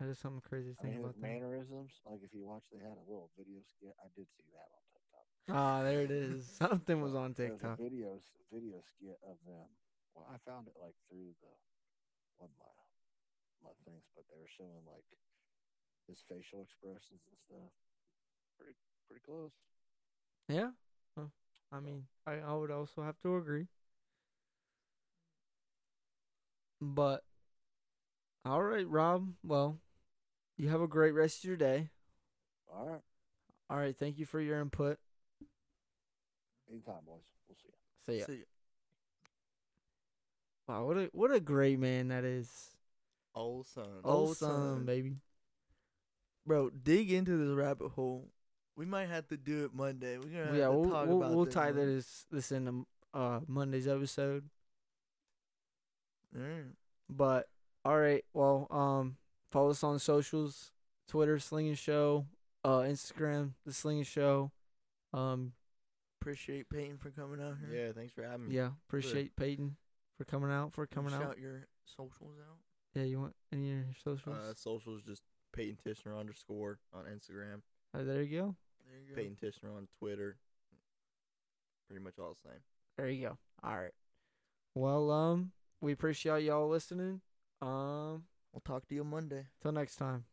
Speaker 1: That is something crazy to
Speaker 8: I
Speaker 1: think
Speaker 8: mean, his
Speaker 1: about. that.
Speaker 8: mannerisms. Like if you watch, they had a little video skit. I did see that on TikTok.
Speaker 1: Ah, there it is. Something was on
Speaker 8: There was a
Speaker 1: TikTok.
Speaker 8: Video video skit of them. Well, I found it like through the one of my my things, but they were showing like his facial expressions and stuff. Pretty pretty close.
Speaker 1: Yeah. Well, I mean, I, I would also have to agree. But, all right, Rob. Well, you have a great rest of your day.
Speaker 8: All right,
Speaker 1: All right. Thank you for your input.
Speaker 8: anytime, boys. We'll see. You.
Speaker 1: See ya.
Speaker 2: So,
Speaker 1: Wow, what a what a great man that is.
Speaker 3: Old son.
Speaker 2: Old
Speaker 1: Awesome,
Speaker 2: son.
Speaker 1: baby.
Speaker 2: bro, dig into this rabbit hole. We might have to do it Monday. We're gonna have
Speaker 1: yeah,
Speaker 2: to
Speaker 1: we'll
Speaker 2: talk
Speaker 1: we'll,
Speaker 2: about
Speaker 1: we'll
Speaker 2: this
Speaker 1: tie
Speaker 2: one.
Speaker 1: this this into uh Monday's episode.
Speaker 2: Alright.
Speaker 1: But all right, well, um, follow us on socials: Twitter, Slinging Show, uh, Instagram, The Slinging Show. Um,
Speaker 2: Appreciate Peyton for coming out here.
Speaker 3: Yeah, thanks for having me.
Speaker 1: yeah, appreciate Peyton for coming out for
Speaker 2: Can you
Speaker 1: coming out.
Speaker 2: Shout your socials out.
Speaker 1: Yeah, you want any of your socials?
Speaker 3: Uh, socials just Peyton Tishner underscore on Instagram,
Speaker 1: Uh, there you go.
Speaker 2: There you go.
Speaker 3: Peyton Tishner on Twitter. Pretty much all the same.
Speaker 1: There you go. All right. Well, um, we appreciate y'all listening. Um,
Speaker 2: We'll talk to you Monday.
Speaker 1: till next time.